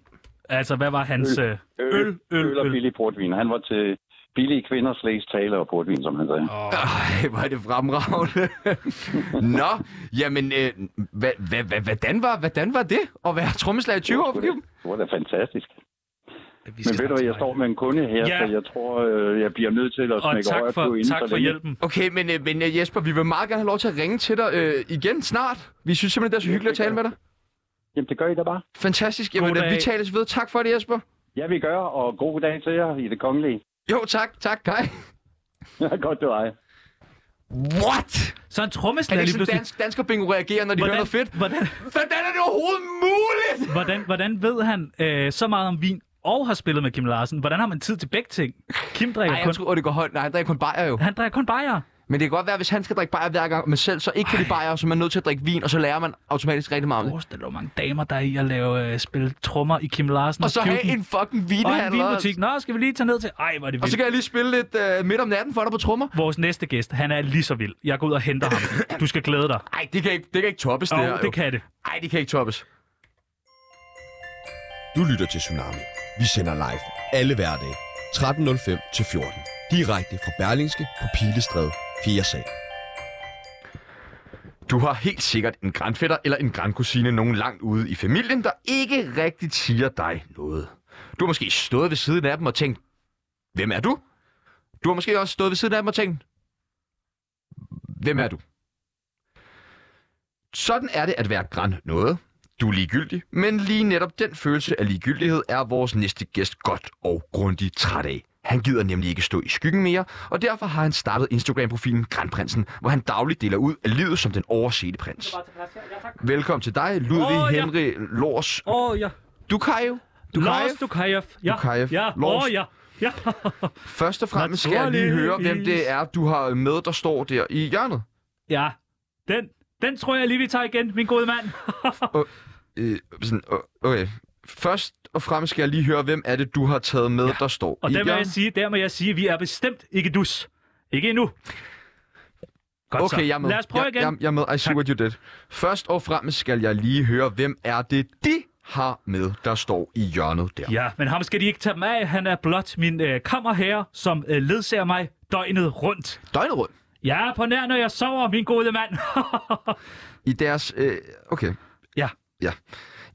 Altså, hvad var hans...
Øh,
Øl, øl, øl.
øl og
øl.
billig portvin. Han var til billige kvinders læs taler og portvin, som han sagde.
Ej, hvor er det fremragende. Nå, jamen, øh, hva, hva, hva, hvordan, var, hvordan var det at være trommeslager i 20 år?
Det var da- Det var da fantastisk.
Vi
Men
skal
ved du,
snakke
hvad,
til
jeg
dig.
står med en kunde her,
Ja.
så jeg tror, øh, jeg bliver nødt til at
Og
smække
tak
øjet på
for,
inden
tak
så
for
længe.
hjælpen.
Okay, men, øh, men øh, Jesper, vi vil meget gerne have lov til at ringe til dig øh, igen snart. Vi synes simpelthen, det er så hyggeligt at tale med dig.
Jamen, det gør I da bare.
Fantastisk. Jamen,
God
øh, vi
dag.
tales ved. Tak for det, Jesper.
Ja, vi gør, og god dag til jer i det kongelige.
Jo, tak. Tak. Hej.
Godt, du ejer.
What?
Så en
Er det
trommeslager
ikke
lige
sådan,
pludselig...
dansk, dansker bingo reagerer, når de hører noget fedt?
Hvordan,
Hvordan er det overhovedet muligt?
hvordan, hvordan ved han øh, så meget om vin og har spillet med Kim Larsen? Hvordan har man tid til begge ting? Kim drikker
Nej,
kun...
jeg tror, det går højt. Nej, han drikker kun bajer jo.
Han drikker kun bajer.
Men det kan godt være, hvis han skal drikke bajer hver gang, men selv så ikke kan de bajer, så er man nødt til at drikke vin, og så lærer man automatisk rigtig meget om det.
Forestil dig, hvor mange damer der er i at lave øh, spille trommer i Kim Larsen.
Og så have
Cuban.
en fucking
og en
vinhandler.
vinbutik. Nå, skal vi lige tage ned til... Ej, hvor er det
Og så
vildt.
kan jeg lige spille lidt øh, midt om natten for dig på trommer.
Vores næste gæst, han er lige så vild. Jeg går ud og henter ham. Du skal glæde dig.
Nej, det kan ikke, det kan ikke toppes, det
Og
her.
det kan det.
Nej, det kan ikke toppes.
Du lytter til Tsunami. Vi sender live alle hverdage 13.05 til 14. Direkte fra Berlingske på Pilestræde 4. sal.
Du har helt sikkert en grandfætter eller en grandkusine nogen langt ude i familien, der ikke rigtigt siger dig noget. Du har måske stået ved siden af dem og tænkt, hvem er du? Du har måske også stået ved siden af dem og tænkt, hvem er du? Sådan er det at være grand noget. Du er ligegyldig, men lige netop den følelse af ligegyldighed er vores næste gæst godt og grundigt træt af. Han gider nemlig ikke stå i skyggen mere, og derfor har han startet Instagram-profilen Grandprinsen, hvor han dagligt deler ud af livet som den oversete prins. Velkommen til dig, Ludvig
Åh,
oh,
ja.
Henry Lors.
Åh, oh, ja.
Du kan jo. Du kan
Lars
jo.
Dukajev. Ja.
Dukajev.
Ja. Åh,
Lars.
oh, ja. Ja.
Først og fremmest skal jeg lige høre, hvem det er, du har med, der står der i hjørnet.
ja. Den, den tror jeg lige, vi tager igen, min gode mand.
Øh, sådan, øh, okay. Først og fremmest skal jeg lige høre, hvem er det, du har taget med, ja. der står
Og
i
der må, jeg
hjørnet.
sige, der må jeg sige, at vi er bestemt ikke dus. Ikke endnu. Godt så.
Okay, jeg er med.
Lad os prøve
jeg,
igen.
Jeg, jeg er med. I see
Tak.
what you did. Først og fremmest skal jeg lige høre, hvem er det, de har med, der står i hjørnet der.
Ja, men ham skal de ikke tage mig af. Han er blot min øh, kammerherre, som øh, ledsager mig døgnet rundt.
Døgnet rundt.
Jeg er på nær, når jeg sover, min gode mand.
I deres... Øh, okay.
Ja.
Ja.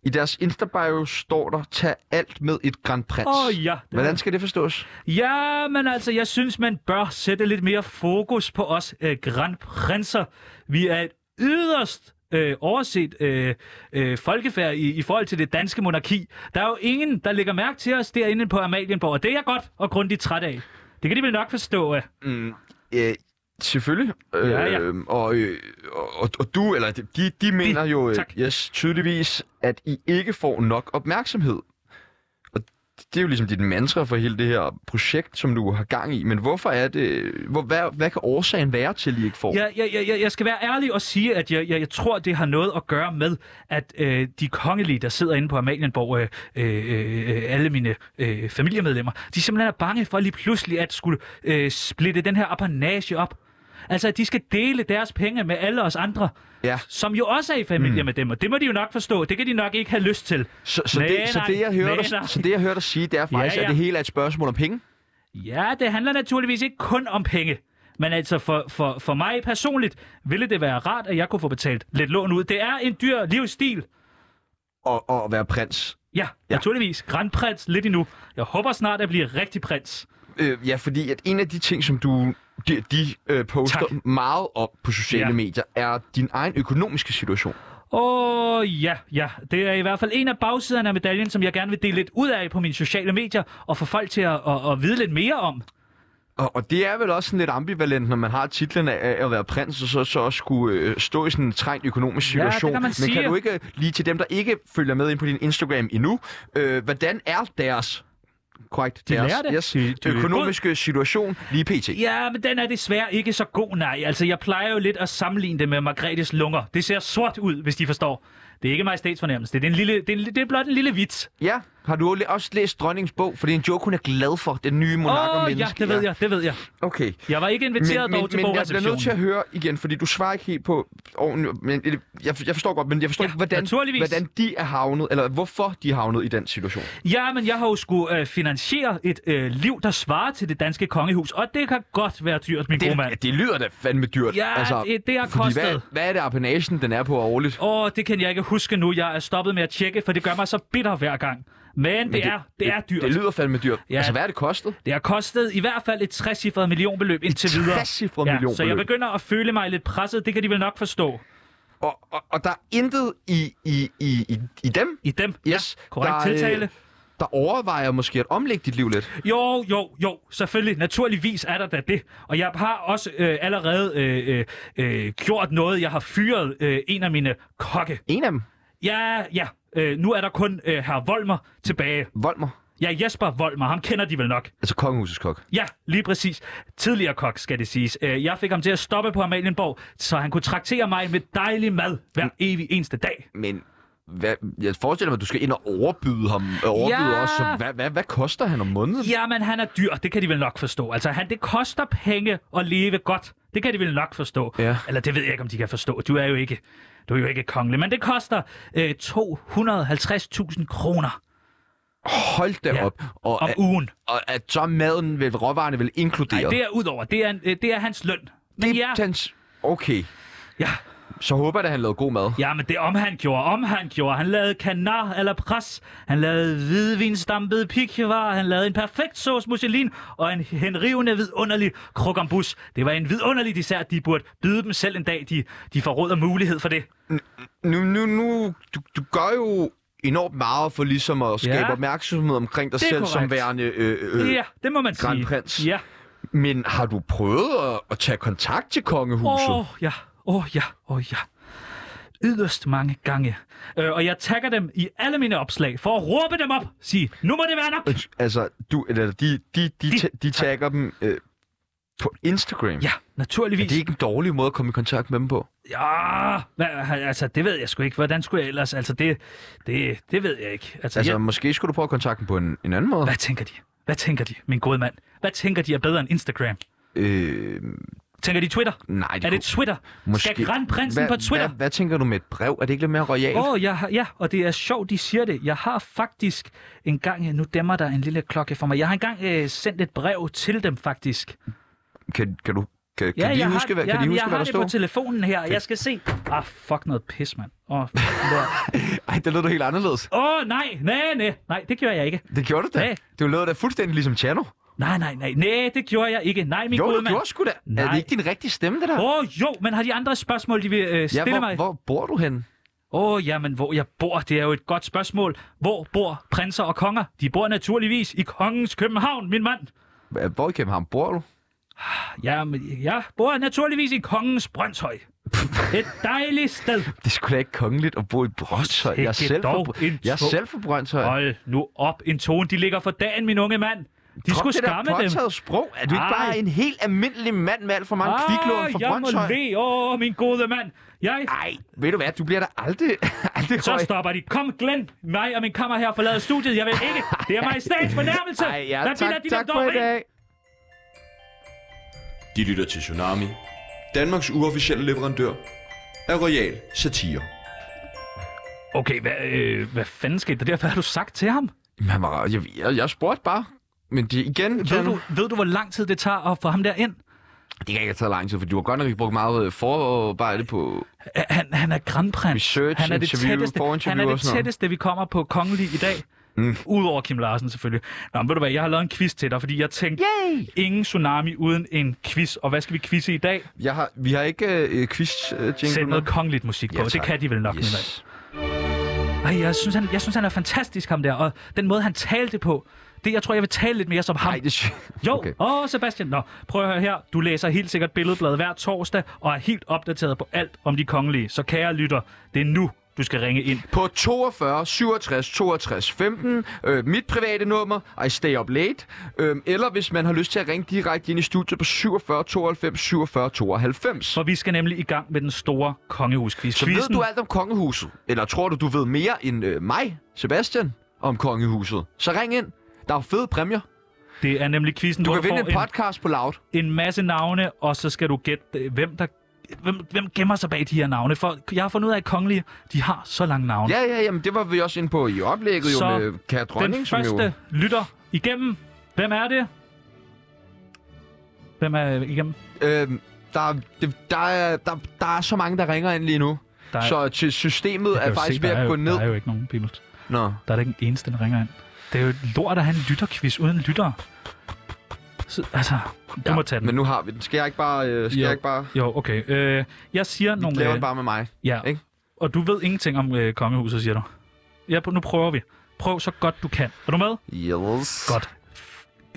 I deres Insta-bio står der, tag alt med et grand prins.
Åh oh, ja. det
Hvordan skal det forstås?
Ja, men altså, jeg synes, man bør sætte lidt mere fokus på os øh, grandprinser. Vi er et yderst øh, overset øh, øh, folkefærd i, i forhold til det danske monarki. Der er jo ingen, der lægger mærke til os derinde på Amalienborg, og det er jeg godt og grundigt træt af. Det kan de vel nok forstå, øh.
Mm, øh, Selvfølgelig.
Ja, ja.
Øhm, og, øh, og, og- og du, eller de, de mener jo øh,
tak.
yes, tydeligvis, at I ikke får nok opmærksomhed. Og det er jo ligesom dit mantra for hele det her projekt, som du har gang i. Men hvorfor er det... Hvor, hvad, hvad kan årsagen være til, at I ikke får?
Jeg, jeg, jeg- jeg, jeg skal være ærlig og sige, at jeg, jeg, jeg tror, det har noget at gøre med, at øh, de kongelige, der sidder inde på Amalienborg, øh, øh, øh, alle mine øh, familiemedlemmer, de simpelthen er bange for lige pludselig at skulle øh, splitte den her apanage op. Altså, at de skal dele deres penge med alle os andre,
Ja.
som jo også er i familie mm. med dem, og det må de jo nok forstå. Det kan de nok ikke have lyst til.
Så, så,
Nej,
det, så,
nej,
det, jeg hører
nej,
dig,
nej.
så det, jeg hører dig sige, det er faktisk,
Ja, ja.
at det hele er et spørgsmål om penge.
Ja, det handler naturligvis ikke kun om penge. Men altså, for, for, for mig personligt, ville det være rart, at jeg kunne få betalt lidt lån ud. Det er en dyr livsstil.
Og, og at være prins.
Ja,
Ja.
ja. naturligvis. Grandprins lidt endnu. Jeg håber snart at blive rigtig prins.
Øh, ja, fordi at en af de ting, som du de, de øh, poster
Tak.
meget op på sociale
Ja.
medier, er din egen økonomiske situation.
Åh, ja, ja. Det er i hvert fald en af bagsiderne af medaljen, som jeg gerne vil dele lidt ud af på mine sociale medier, og få folk til at, at, at vide lidt mere om.
Og, og det er vel også sådan lidt ambivalent, når man har titlen af at være prins, og så, så også skulle øh, stå i sådan en trængt økonomisk
Ja, det
situation.
kan man
Men
sige.
kan du ikke, lige til dem, der ikke følger med ind på din Instagram endnu, øh, hvordan er deres, korrekt,
De
deres
lærer det.
Yes,
De- de-
økonomiske situation lige pt?
Ja, men den er desværre ikke så god, nej. Altså, jeg plejer jo lidt at sammenligne det med Margrethes lunger. Det ser sort ud, hvis de forstår. Det er ikke majestætsfornærmelse. Det er, en lille, det, er en, li- det er blot en lille vits.
Ja, har du li- også læst dronningens bog? For det er en joke, hun er glad for, den nye monark og
Åh, ja,
menneske.
det ved jeg, det ved jeg.
Okay.
Jeg var ikke inviteret dog til
men jeg bliver nødt til at
bogreceptionen.
høre igen, fordi du svarer ikke helt på ordentligt. Men øh, jeg, jeg forstår godt, men jeg forstår
Ja,
ikke, hvordan,
naturligvis.
hvordan de er havnet, eller hvorfor de er havnet i den situation.
Ja, men jeg har jo skulle øh, finansiere et øh, liv, der svarer til det danske kongehus, og det kan godt være dyrt, min gode mand.
Det, det lyder da fandme dyrt. altså.
Ja, det- det har
fordi Hvad,
kostet.
hvad er det, appenagen den er på årligt?
Åh, det kan jeg ikke huske nu. Jeg er stoppet med at tjekke, for det gør mig så bitter hver gang. Men, men det, er, det er dyrt.
Det lyder fandme dyrt. Ja.
Ja.
Altså, hvad er det kostet?
Det har kostet i hvert fald et 60 millionbeløb indtil videre.
60-cifret
Ja, så jeg
millionbeløb.
begynder at føle mig lidt presset. Det kan de vel nok forstå
Og, og, og der er intet i, i, i, i, i dem,
i dem.
yes,
ja, korrekt
der, øh,
tiltale.
der overvejer måske at omlægge dit liv lidt.
Jo, jo, jo, selvfølgelig. Naturligvis er der da det. Og jeg har også øh, allerede øh, øh, øh, gjort noget. Jeg har fyret øh, en af mine kokke.
En af dem,
Ja, ja. Øh, nu er der kun øh, herr Volmer tilbage.
Volmer,
Ja, Jesper Volmer. Ham kender de vel nok.
altså kongehusets kok.
Ja, lige præcis. Tidligere kok, skal det siges. Øh, Jeg fik ham til at stoppe på Amalienborg, så han kunne traktere mig med dejlig mad hver
Mm.
evig eneste dag.
Men hvad, jeg forestiller mig, at du skal ind og overbyde ham. øh, Overbyde ja.
Ja.
os. Så hvad, hvad, hvad koster han om måneden?
Jamen, han er dyr, det kan de vel nok forstå. Altså, han, det koster penge at leve godt. Det kan de vel nok forstå.
Ja.
Eller det ved jeg ikke, om de kan forstå. Du er jo ikke, du er jo ikke kongelig, men det koster øh, 250.000 kroner
Hold da
Ja.
op. Og,
om
at,
ugen.
og at så er maden, vel, råvarerne vel inkluderet.
Nej, det er udover. Det er, øh, det er hans løn. Men ja,
Dens... Okay.
ja,
Så håber jeg, at han lavede god mad.
Ja, men det om han gjorde, om han gjorde. Han lavede kanar eller pres. Han lavede hvidvinstampede pikjevar. Han lavede en perfekt sauce mousseline og en henrivende vidunderlig krokambus. Det var en vidunderlig dessert, de burde byde dem selv en dag. De, de forråder mulighed for det.
Nu, nu, nu, du, du gør jo enormt meget for ligesom at skabe ja.
Ja.
opmærksomhed omkring dig
Det er
selv som
korrekt.
værende øh, øh,
Ja, det må man sige.
grandprins.
Ja.
Men har du prøvet at, at tage kontakt til kongehuset?
Åh, oh, ja. Åh, oh, ja. Åh, oh, ja. Yderst mange gange. Øh, og jeg tagger dem i alle mine opslag for at råbe dem op. Sige, nu må det være nok.
Unds- Altså, du, eller de, de, de, de, de tagger dem øh, på Instagram.
Ja,
Er
naturligvis.
det ikke en dårlig måde at komme i kontakt med dem på?
Ja, hvad, altså det ved jeg sgu ikke. Hvordan skulle jeg ellers? Altså det, det, det ved jeg ikke. Altså,
Altså,
jeg,
måske skulle du prøve at kontakte dem på en, en anden måde.
hvad tænker de? Hvad tænker de, min gode mand? Hvad tænker de er bedre end Instagram?
Øh,
Tænker de Twitter?
nej, de
er det
kunne-
Twitter? Måske... Skal grandprinsen på Twitter?
Hvad, hvad tænker du med et brev? Er det ikke lidt mere royalt?
Åh, oh, jeg, har- ja, og det er sjovt, de siger det. Jeg har faktisk engang, nu dæmmer der en lille klokke for mig, jeg har engang øh, sendt et brev til dem faktisk.
Kan, kan du kan, kan de
jeg
huske,
har,
hvad,
ja,
kan de
men
huske,
jeg
hvad
har
der
det på
står?
telefonen her, jeg skal se. Ah, fuck noget pis, mand. Åh, oh,
Ej, det lød da helt anderledes.
oh, nej, nej, nej, nej, det gjorde jeg ikke.
Det gjorde du da.
Ja.
Du lød da fuldstændig ligesom Chano.
Nej, nej, nej. Nej, det gjorde jeg ikke. Nej, min
Jo,
gode
du
mand.
gjorde sgu da. Er det
Nej.
ikke din rigtige stemme, det der?
Åh, oh, jo, men har de andre spørgsmål, de vil øh,
ja,
stille
hvor,
mig? Åh,
hvor bor du hen?
oh, jamen, hvor jeg bor, det er jo et godt spørgsmål. Hvor bor prinser og konger? De bor naturligvis i kongens København, min mand.
Hvor i København bor du?
Ja, men jeg bor naturligvis i Kongens Brøndshøj. Et dejligt sted.
Det er sgu da ikke kongeligt at bo i Brøndshøj. Jeg er
Sikke
selv,
dog
for,
en
jeg er
tog.
selv for Brøndshøj.
Hold nu op, en tone. De ligger for dagen, min unge mand. De
Drop
skulle
det der
skamme dem.
påtaget sprog. Er du ikke
Ej.
bare en helt almindelig mand med alt for mange kviklån fra
Ah, jeg må
Brøndshøj?
le. Åh, min gode mand. Jeg...
Nej, ved du hvad? Du bliver da aldrig, aldrig
Så
høj.
stopper de. Kom, Glenn, mig og min kammer her forlader studiet. Jeg vil ikke. Det er mig i statsfornærmelse.
Ej, ja,
Hvad
tak,
bilder de dig
tak
dog
for i
ind?
dag.
De lytter til Tsunami, Danmarks uofficielle leverandør af Royal Satire.
Okay, hvad, øh, hvad fanden skete der der? Hvad har du sagt til ham?
Men han var, jeg, jeg, jeg spurgte bare. Men det, igen,
Ved
den,
du, ved du, hvor lang tid det tager at få ham derind?
det kan ikke have taget lang tid, for du har godt nok ikke brugt meget øh, forarbejde på...
Øh, Han, han er grandprins.
Research,
han er det
interview,
tætteste,
forinterview
han er
og
det
sådan noget.
tætteste, vi kommer på kongelig i dag. Mm. Udover Kim Larsen selvfølgelig. Nå, men ved du hvad, jeg har lavet en quiz til dig, fordi jeg tænkte, Yay! ingen tsunami uden en quiz. Og hvad skal vi quizze i dag?
Jeg har, vi har ikke øh, quiz øh, jingle
Sæt
med.
noget kongeligt musik på.
Ja,
Ja, det
tak.
kan de vel nok. Yes.
Yes.
Ej, jeg synes, han, jeg synes, han er fantastisk, ham der. Og den måde, han talte på, det, jeg tror, jeg vil tale lidt mere som ham.
Nej, det er sy-
Jo,
Okay.
okay. åh Sebastian. Nå, prøv at høre her. Du læser helt sikkert Billedbladet hver torsdag og er helt opdateret på alt om de kongelige. Så kære lytter, det er nu, du skal ringe ind.
På 42 67 62 15, øh, mit private nummer, I stay up late, øh, eller hvis man har lyst til at ringe direkte ind i studiet på 47 92 47 92.
For vi skal nemlig i gang med den store kongehusquiz.
Så ved du alt om kongehuset? Eller tror du, du ved mere end øh, mig, Sebastian, om kongehuset? Så ring ind. Der er jo fede præmier.
Det er nemlig quizzen,
Du
hvor
kan vinde
får
en podcast på Loud.
en, en masse navne, og så skal du gætte, øh, hvem der Hvem, hvem gemmer sig bag de her navne? For jeg har fundet ud af, at kongelige, de har så lange navne.
Ja, ja, jamen det var vi også inde på i oplægget
Så
jo med Kære Dronning,
Den
som
første
jo...
lytter igennem. Hvem er det? Hvem er igennem?
Øh, der, det, der, er, der, der er så mange, der ringer ind lige nu.
Der er,
Så til systemet
Jeg kan
er
jo
faktisk
der
ved
er
at gå
jo,
ned.
Der er jo ikke nogen people.
Nå.
Der er da ikke en eneste, der ringer ind. Det er jo lort at have en lytterquiz uden lyttere. Så, altså, du
Ja,
må tage den.
Men nu har vi den. Skal jeg ikke bare... Øh, skal
Jo.
jeg ikke bare...
Jo, okay. Øh, jeg siger
Nogle,
nogle... øh,
laver den bare med mig.
ja,
ikke?
og du ved ingenting om øh, kongehuset, siger du. Ja, nu prøver vi. Prøv så godt du kan. Er du med?
Yes.
Godt.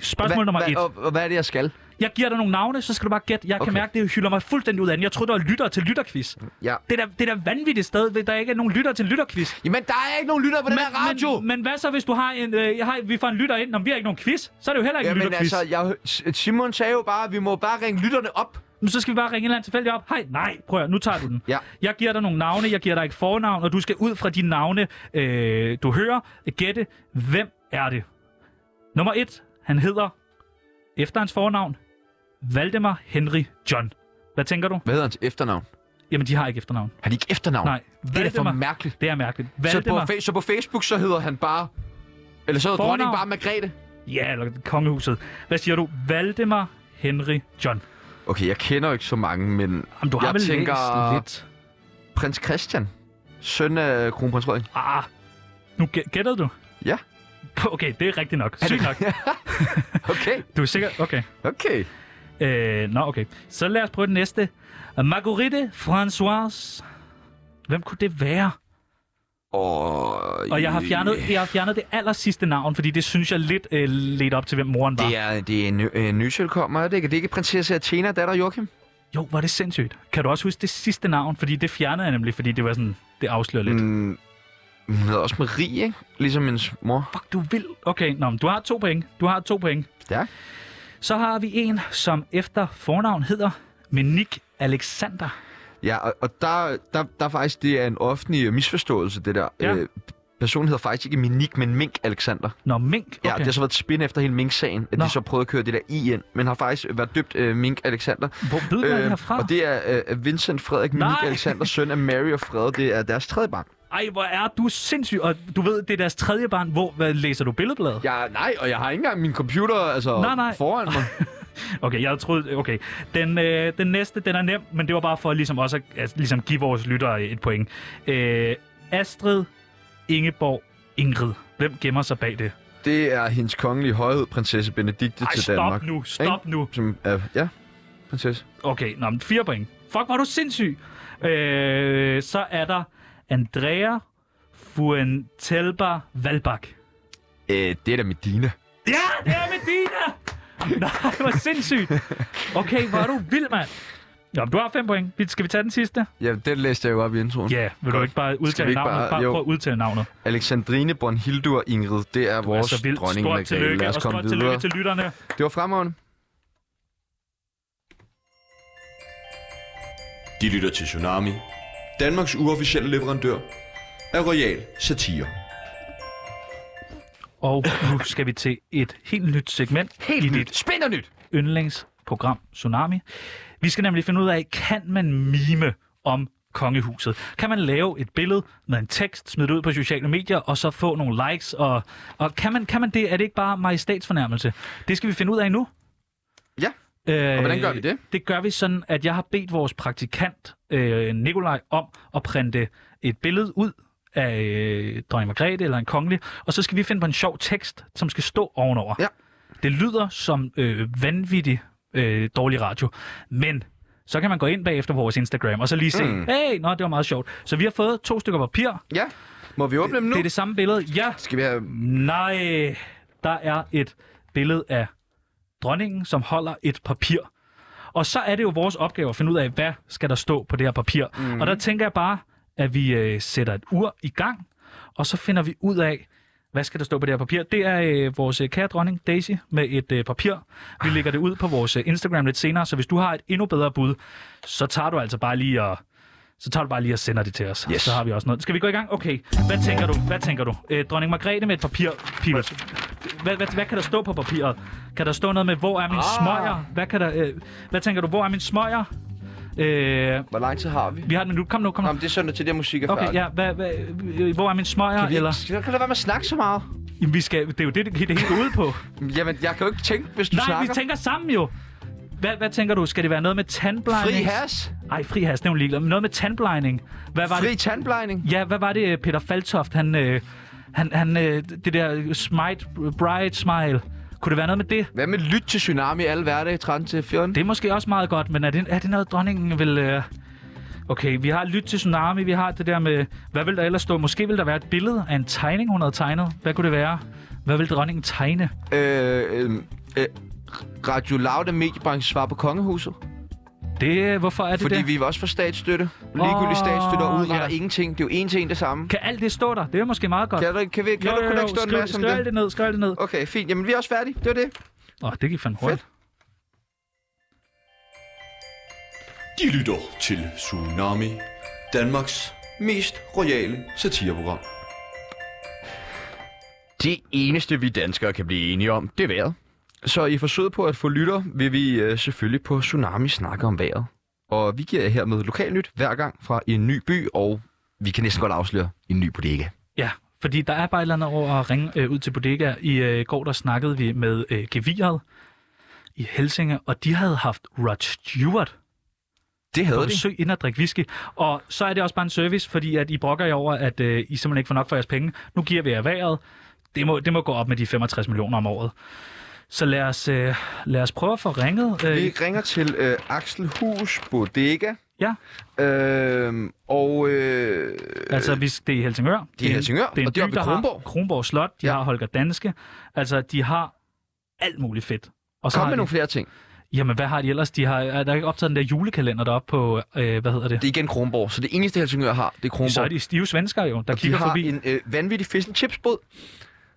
Spørgsmål nummer
hva,
et.
Og, og, hvad er det, jeg skal?
Jeg giver dig nogle navne, så skal du bare gætte. Jeg okay.
Okay.
kan mærke, det hylder mig fuldstændig ud af den. Jeg troede, der var lyttere til lytterquiz.
Ja.
Det er da, det er da vanvittigt sted, hvis der ikke er nogen lytter til lytterquiz.
Jamen, der er ikke nogen lytter på den her radio!
Men, men hvad så, hvis du har en, øh, jeg har, vi får en lytter ind, om vi har ikke nogen quiz? Så er det jo heller ikke en
Jamen
lytterquiz.
altså, jeg, Simon sagde jo bare, at vi må bare ringe lytterne op.
Men så skal vi bare ringe en eller anden tilfældig op. Hej, nej, prøv at, høre, nu tager du den.
Ja.
Jeg giver dig nogle navne, jeg giver dig ikke fornavn, og du skal ud fra de navne, øh, du hører, gætte, hvem er det? Nummer et, han hedder, efter hans fornavn, Valdemar Henry John. Hvad tænker du?
Hvad hedder hans efternavn?
Jamen, de har ikke efternavn.
Har de ikke efternavn?
Nej,
Det er da for
Valdemar.
mærkeligt.
Det er mærkeligt.
Så på,
Valdemar.
fe- så på Facebook, så hedder han bare... Eller så hedder
Fornavn.
dronningen bare Margrethe.
Ja, eller kongehuset. Hvad siger du? Valdemar Henry John.
Okay, jeg kender jo ikke så mange, men
Jamen, du har
Jeg
vel
tænker-
læst lidt.
prins Christian, søn af kronprins Frederik.
Ah, nu gæ- gættede du?
Ja.
Okay, det er rigtigt nok. Sygt nok.
Okay,
Du er sikker? Okay.
okay.
Øh, nå, okay. Så lad os prøve den næste. Marguerite Françoise. Hvem kunne det være?
Og,
Og jeg har fjernet, jeg har fjernet det aller sidste navn, fordi det synes jeg lidt øh, lidt op til, hvem moren var.
Det er, det er en, øh, en nyselkommer, er det ikke? Det er ikke prinsesse Athena, datter Joachim?
Jo, var det sindssygt. Kan du også huske det sidste navn? Fordi det fjernede jeg nemlig, fordi det var sådan, det afslører lidt. Mm.
Mm, hun hedder også Marie, ikke? Ligesom hendes mor.
Fuck, du vil. Okay, nå, men du har to point. Du har to point.
Stærk.
Så har vi en, som efter fornavn hedder Menik Alexander.
Ja, og, og der, der, der er faktisk, det er en offentlig øh, misforståelse, det der.
Ja.
Øh, personen hedder faktisk ikke Minik, men Mink Alexander.
Nå, Mink.
Ja,
Okay.
det har så været et spin efter hele Mink-sagen, at
Nå.
de så prøvede at køre det der i ind, men har faktisk været døbt øh, Mink Alexander.
Hvor ved man det herfra?
og det er øh, Vincent Frederik Mink
Nej.
Alexander, søn af Mary og Fred. Det er deres tredje barn.
Ej, hvor er du sindssyg. Og du ved, det er deres tredje barn. Hvor hvad, læser du billedbladet?
Ja, nej, og jeg har ikke engang min computer altså,
Nej, nej.
foran mig.
Okay, jeg troede... Okay. Den, øh, den næste, den er nem, men det var bare for ligesom også at altså, ligesom give vores lyttere et point. Øh, Astrid Ingeborg Ingrid. Hvem gemmer sig bag det?
Det er hendes kongelige højhed, prinsesse Benedikte
Ej,
til
stop
Danmark.
nu. Stop nu.
Som, er, ja, prinsesse.
Okay, nå, men fire point. Fuck, var du sindssyg. Øh, så er der Andrea Fuentelba Valbak.
Øh, det er da Medina.
Ja, det er Medina! Nej, hvor sindssygt. Okay, hvor er du vild, mand. Nå, men du har fem point. Vi- Skal vi tage den sidste?
Ja, den læste jeg jo op i introen.
Ja, vil du
Godt.
ikke bare
Skal
udtale
vi ikke
navnet? Bare,
bare-
bare
jo.
prøv at udtale navnet.
Alexandrine Bornhildur Ingrid, det er vores
så vildt. Stort
dronning Margrethe.
tillykke,
Lad
og
os komme
stort tillykke
videre.
til lytterne.
Det var fremragende.
De lytter til Tsunami, Danmarks uofficielle leverandør af Royal Satire.
Og nu skal vi til et helt nyt segment helt i nyt. dit
Spindernyt!
yndlingsprogram Tsunami. Vi skal nemlig finde ud af, kan man mime om kongehuset? Kan man lave et billede med en tekst, smide det ud på sociale medier, og så få nogle likes? Og, og kan, man, kan man det? Er det ikke bare majestætsfornærmelse? Det skal vi finde ud af nu.
Ja,
Øh,
hvordan gør vi det?
Det gør vi sådan, at jeg har bedt vores praktikant, øh, Nikolaj, om at printe et billede ud af øh, dronning Margrethe eller en kongelig, og så skal vi finde på en sjov tekst, som skal stå ovenover.
Ja.
Det lyder som øh, vanvittig øh, dårlig radio, men så kan man gå ind bagefter på vores Instagram, og så lige se, mm.
Mm.
hey, nå, det var meget sjovt. Så vi har fået to stykker papir.
ja. Må vi åbne dem nu?
Det er det samme billede. Ja,
Skal vi have...
Nej, der er et billede af dronningen, som holder et papir. Og så er det jo vores opgave at finde ud af, hvad skal der stå på det her papir. Mm. Og der tænker jeg bare, at vi øh, sætter et ur i gang, og så finder vi ud af, hvad skal der stå på det her papir. Det er øh, vores øh, kære dronning Daisy med et øh, papir. Vi lægger det ud på vores øh, Instagram lidt senere, så hvis du har et endnu bedre bud, så tager du altså bare lige og så tager du bare lige og sender det til os.
Yes.
Så har vi også noget. Skal vi gå i gang? Okay. Hvad tænker du? Hvad tænker du? Øh, dronning Margrethe med et papir. Pibels. Hvad, hvad, hvad kan der stå på papiret? Kan der stå noget med, hvor er min ah. smøger? Hvad, kan der, øh, hvad tænker du, hvor er min smøger? Øh,
Hvor lang tid har vi?
vi har et minut. Kom nu, kom nu.
Jamen, det er sådan, at til det musik er
Okay,
færdig.
ja. Hvad, hvad, øh, hvor er min smøger?
Vi,
Eller,
Skal, kan du lade være med at snakke så meget?
jamen, vi skal, det er jo det, det, det hele går ud på.
Jamen, jeg kan jo ikke tænke, hvis du
Nej,
snakker.
vi tænker sammen jo. Hvad, hvad tænker du? Skal det være noget med
Fri
tandblejning?
has,
Ej, fri has, det er jo ligeglad. Men Noget med tandblejning. Hvad var det?
fri tandblejning.
Ja, hvad var det, øh, Peter Faltoft, han... Øh, han, han øh, det der smite, bright smile. Kunne det være noget med det?
Hvad med lyt til Tsunami alle hverdage 13 til 14?
Det er måske også meget godt, men er det, er det noget, dronningen vil... Øh... Okay, vi har lyt til Tsunami, vi har det der med... Hvad vil der ellers stå? Måske vil der være et billede af en tegning, hun havde tegnet. Hvad kunne det være? Hvad vil dronningen tegne?
Øh, øh, øh, Radio Loud og mediebranchen svar på kongehuset.
Det, øh, hvorfor er det
Fordi
det?
vi var også for statsstøtte. Ligegyldig
Åh,
statsstøtte og udretter
ja.
ingenting. Det er jo én ting det samme.
Kan alt det stå der? Det er måske meget godt.
Kan, du, kan, vi, kan
Jo,
du
jo,
kun
jo,
ikke stå en
skriv-
masse om
skriv alt
det?
det ned, skriv alt det ned.
Okay, fint. Jamen, vi er også færdige. Det var det.
Åh, oh, det gik fandme hurtigt.
De lytter til Tsunami, Danmarks mest royale satireprogram.
Det eneste, vi danskere kan blive enige om, det er vejret. Så i forsøget på at få lytter, vil vi øh, selvfølgelig på Tsunami snakke om vejret. Og vi giver jer hermed lokalnyt hver gang fra en ny by, og vi kan næsten godt afsløre en ny bodega.
Ja, fordi der er bare et eller andet over at ringe øh, ud til bodega. I øh, går der snakkede vi med øh, Geviret i Helsinge, og de havde haft Rod Stewart
Det havde
på
de.
besøg ind og drikke whisky. Og så er det også bare en service, fordi at I brokker jer over, at øh, I simpelthen ikke får nok for jeres penge. Nu giver vi jer vejret. Det må, det må gå op med de 65 millioner om året. Så lad os, øh, lad os prøve at få ringet. Øh,
Vi ringer til øh, Axel Hus Bodega.
Ja.
Øh, og øh,
altså, hvis det er i Helsingør.
de er i
en-
Helsingør,
Det er en
og de er
by,
oppe i
der har
Kronborg.
Kronborg Slot, de ja.
Ja.
har Holger Danske. Altså, de har alt muligt fedt. Og
kom
har
med
de-
nogle flere ting.
Jamen, hvad har de ellers? De har, er der ikke optaget den der julekalender deroppe på, øh, hvad hedder det?
Det er igen Kronborg, så det eneste Helsingør har, det er Kronborg.
Så er de stive svenskere jo, der
og de
kigger
har
forbi. En...
en øh, vanvittig fish and chips båd.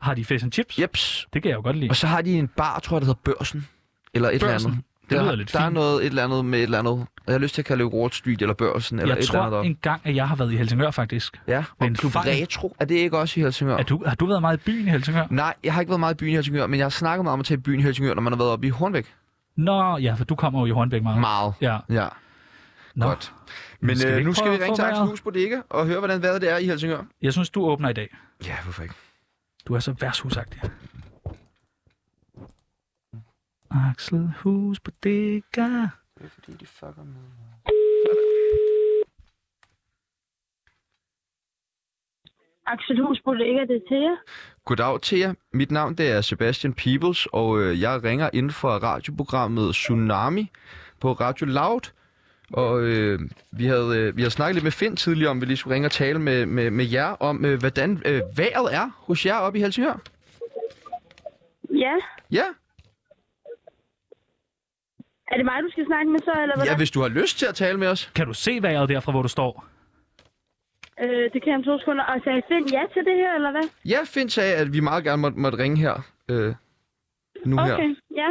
Har de fish and chips?
Jeps.
Det kan jeg jo godt lide.
Og så har de en bar, tror jeg, der hedder Børsen. Eller et
Børsen.
eller andet.
Det
der,
lyder lidt
Der er
fint.
noget, et eller andet med et eller andet. Jeg har lyst til at kalde det Wall Street eller Børsen. Eller
jeg
et
tror
eller andet.
en gang, at jeg har været i Helsingør, faktisk.
Ja,
med
og
en
Klub
fejl.
Retro. Mm. Er det ikke også i Helsingør?
Er du, har du været meget i byen i Helsingør?
Nej, jeg har ikke været meget i byen i Helsingør, men jeg har snakket meget om at tage i byen i Helsingør, når man har været oppe i Hornbæk.
Nå, ja, for du kommer jo i Hornbæk meget.
Meget.
Ja,
Ja,
nå.
godt. Men
Skal vi
øh,
ikke
nu skal
prøve
vi
at
ringe
få
til Axel
vejret?
Hus Bodega og høre, hvordan vejret det er i Helsingør.
Jeg synes, du åbner i dag.
Ja, hvorfor ikke?
Du er så værtshusagtig. Axel Hus på Dega.
Fordi de fucker med...
Axel Hus Bodega, det er til jer.
Goddag til jer. Mit navn det er Sebastian Peebles, og øh, jeg ringer inden for radioprogrammet Tsunami på Radio Loud. Og øh, vi, havde, øh, vi havde snakket lidt med Finn tidligere om, vi lige skulle ringe og tale med, med, med jer om, øh, hvordan øh, vejret er hos jer oppe i Helsingør.
Ja,
Ja,
Er det mig, du skal snakke med så, eller hvad?
Ja, hvis du har lyst til at tale med os.
Kan du se vejret derfra, hvor du står?
Øh, det kan jeg om to sekunder. Og sagde Finn ja til det her, eller hvad?
Ja, Finn sagde, at vi meget gerne måtte, måtte ringe her. Øh, nu her.
okay, ja.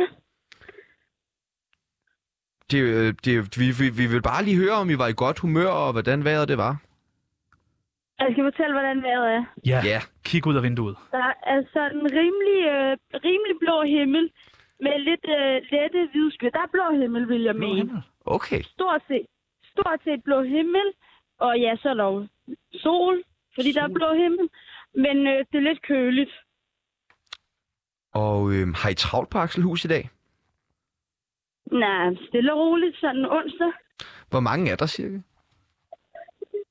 Det, øh, det, vi, vi, vi vil bare lige høre, om I var i godt humør, og hvordan vejret det var.
Jeg skal Altså, fortælle, hvordan vejret er.
Ja. ja. Kig ud af vinduet.
Der er sådan en rimelig, øh, rimelig blå himmel med lidt øh, lette hvide skyer. Der er blå himmel, vil jeg blå mene. Himmel.
Okay.
Stort set. Stort set blå himmel. Og ja, så er der jo sol, fordi sol. der er blå himmel. Men øh, det er lidt køligt.
Og øh, har I travlt på Akselhus i dag?
Nej, stille og roligt, sådan en onsdag.
Hvor mange er der cirka?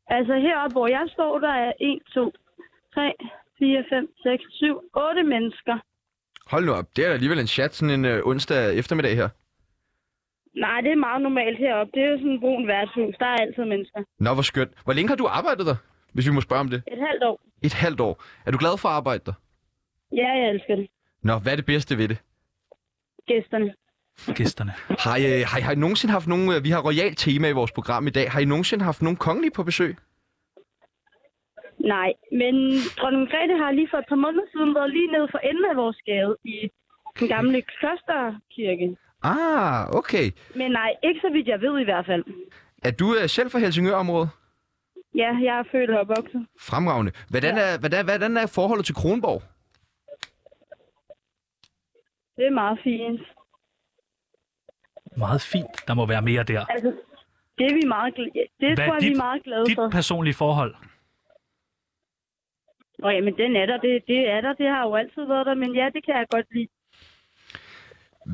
Altså heroppe, hvor jeg står, der er 1, 2, 3, 4, 5, 6, 7, 8 mennesker.
Hold nu op, det er da alligevel en chat sådan en øh, onsdag eftermiddag her.
Nej, det er meget normalt heroppe. Det er jo sådan en brun værtshus. Der er altid mennesker.
Nå, hvor skønt. Hvor længe har du arbejdet der, hvis vi må spørge om det?
Et halvt år.
Et halvt år. Er du glad for at arbejde der?
Ja, jeg elsker det.
Nå, hvad er det bedste ved det?
Gæsterne.
Gæsterne.
Har I, øh, har, I, har I nogensinde haft nogen... øh, Vi har royalt tema i vores program i dag. Har I nogensinde haft nogen kongelige på besøg?
Nej, men dronning Margrethe har lige for et par måneder siden været lige nede for enden af vores gade i den gamle klosterkirke.
Ah, okay.
Men nej, ikke så vidt jeg ved i hvert fald.
Er du øh, selv fra Helsingør-området?
Ja, jeg er født og opvokset.
Fremragende. Hvordan er, hvordan, hvordan er forholdet til Kronborg?
Det er meget fint.
Meget fint. Der må være mere der.
Altså, det er vi meget gl- det
Hvad er
tror jeg, vi er meget glade
dit
for.
personlige forhold?
Nå ja, men den er der. Det, det er der. Det har jo altid været der. Men ja, det kan jeg godt lide.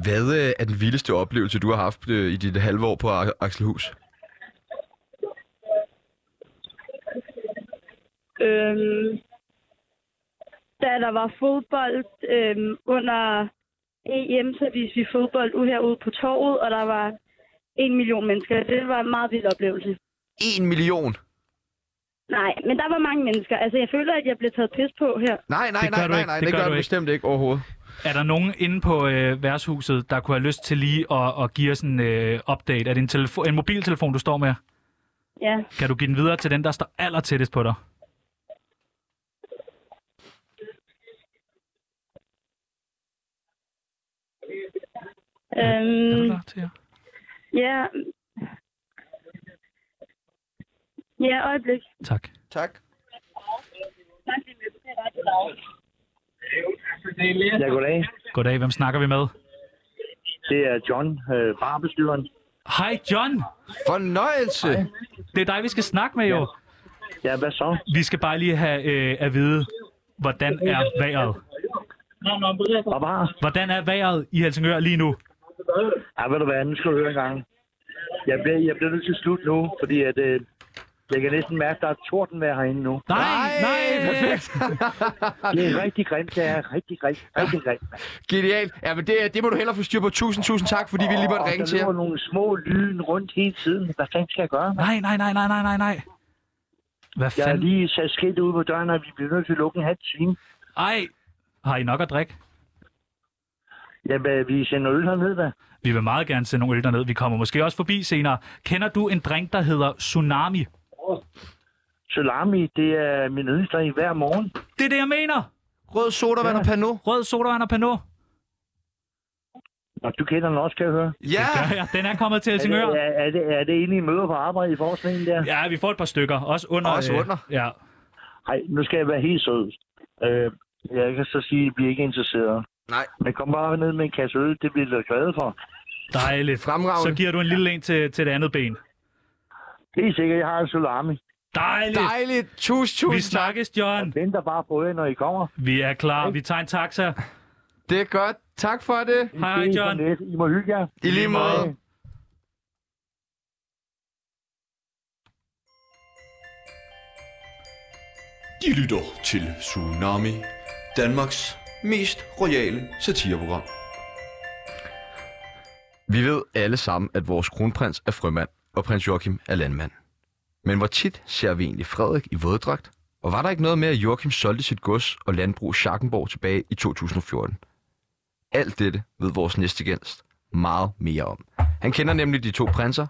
Hvad øh, er den vildeste oplevelse, du har haft øh, i dit halve år på A- Akselhus?
Øhm, da der var fodbold øhm, under EM, så viste vi fodbold ud herude på torvet, og der var en million mennesker. Det var en meget vild oplevelse.
En million?
Nej, men der var mange mennesker. Altså, jeg føler, at jeg blev taget pis på her.
Nej, nej,
Det gør
nej,
du
nej,
ikke.
nej,
Det
det
gør
gør
du
du
ikke.
bestemt ikke overhovedet.
Er der nogen inde på øh, værtshuset, der kunne have lyst til lige at, at give os en øh, update? Er det en, telefo- en mobiltelefon, du står med?
Ja.
Kan du give den videre til den, der står aller tættest på dig?
Øhm,
Er du klar til jer?
Ja. Ja, øjeblik.
Tak.
Tak.
Ja, goddag.
Goddag, hvem snakker vi med?
Det er John, øh, barbestyreren.
Hej John!
Fornøjelse!
Det er dig, vi skal snakke med jo.
Ja, hvad så?
Vi skal bare lige have øh, at vide, hvordan er vejret? Hvordan er vejret i Helsingør lige nu?
Ja, ved du hvad, nu skal du høre en gang. Jeg bliver, jeg bliver nødt til at slutte nu, fordi at, øh, jeg kan næsten mærke, at der er tordenvejr herinde nu.
Nej,
nej, perfekt.
Ah.
det er rigtig grimt, det er rigtig, rigtig, rigtig grimt.
Genialt. Ja, men det, det må du hellere få styr på. Tusind, tusind tak, fordi vi lige måtte
Åh,
ringe
der
til
løber
jer.
nogle små lyden rundt hele tiden. Hvad fanden skal jeg gøre?
Nej, nej, nej, nej, nej, nej, nej. Hvad
Jeg har
fanden?
lige sat skidt ud på døren, og vi bliver nødt til at lukke en halv time.
Ej, har I nok at drikke?
Jamen, vi sender øl herned, da.
Vi vil meget gerne sende nogle øl derned. Vi kommer måske også forbi senere. Kender du en drink, der hedder Tsunami?
Salami, det er min yndlingsdrink i hver morgen.
Det er det, jeg mener.
Rød sodavand og pano.
Rød sodavand og pano.
Nå, du kender den også, kan jeg høre.
Ja!
Gør jeg. Den er kommet til Helsingør.
Er det, er, er, det, er det inde i møder på arbejde i forskningen der?
Ja, vi får et par stykker. Også under.
Også
øh,
under.
Ja.
Nej, nu skal jeg være helt sød. Øh, jeg kan så sige, at vi er ikke interesseret.
Nej.
Men kom bare ned med en kasse øl, det bliver jeg glad for.
Dejligt.
Fremragende.
Så giver du en lille en til, til det andet ben.
Helt sikkert, jeg har en salami.
Dejligt.
Dejligt. Tusind, tusind
Vi snakkes, John.
Jeg venter bare på jer, når I kommer.
Vi er klar. Vi tager en taxa.
Det er godt. Tak for det.
Hej, hej,
Det er
John.
sådan lidt. I må hygge jer.
I lige måde.
De lytter til Tsunami, Danmarks mest royale satireprogram.
Vi ved alle sammen, at vores kronprins er frømand, og prins Joachim er landmand. Men hvor tit ser vi egentlig Frederik i våddragt? Og var der ikke noget med, at Joachim solgte sit gods og landbrug Schackenborg tilbage i 2014? Alt dette ved vores næste gæst meget mere om. Han kender nemlig de to prinser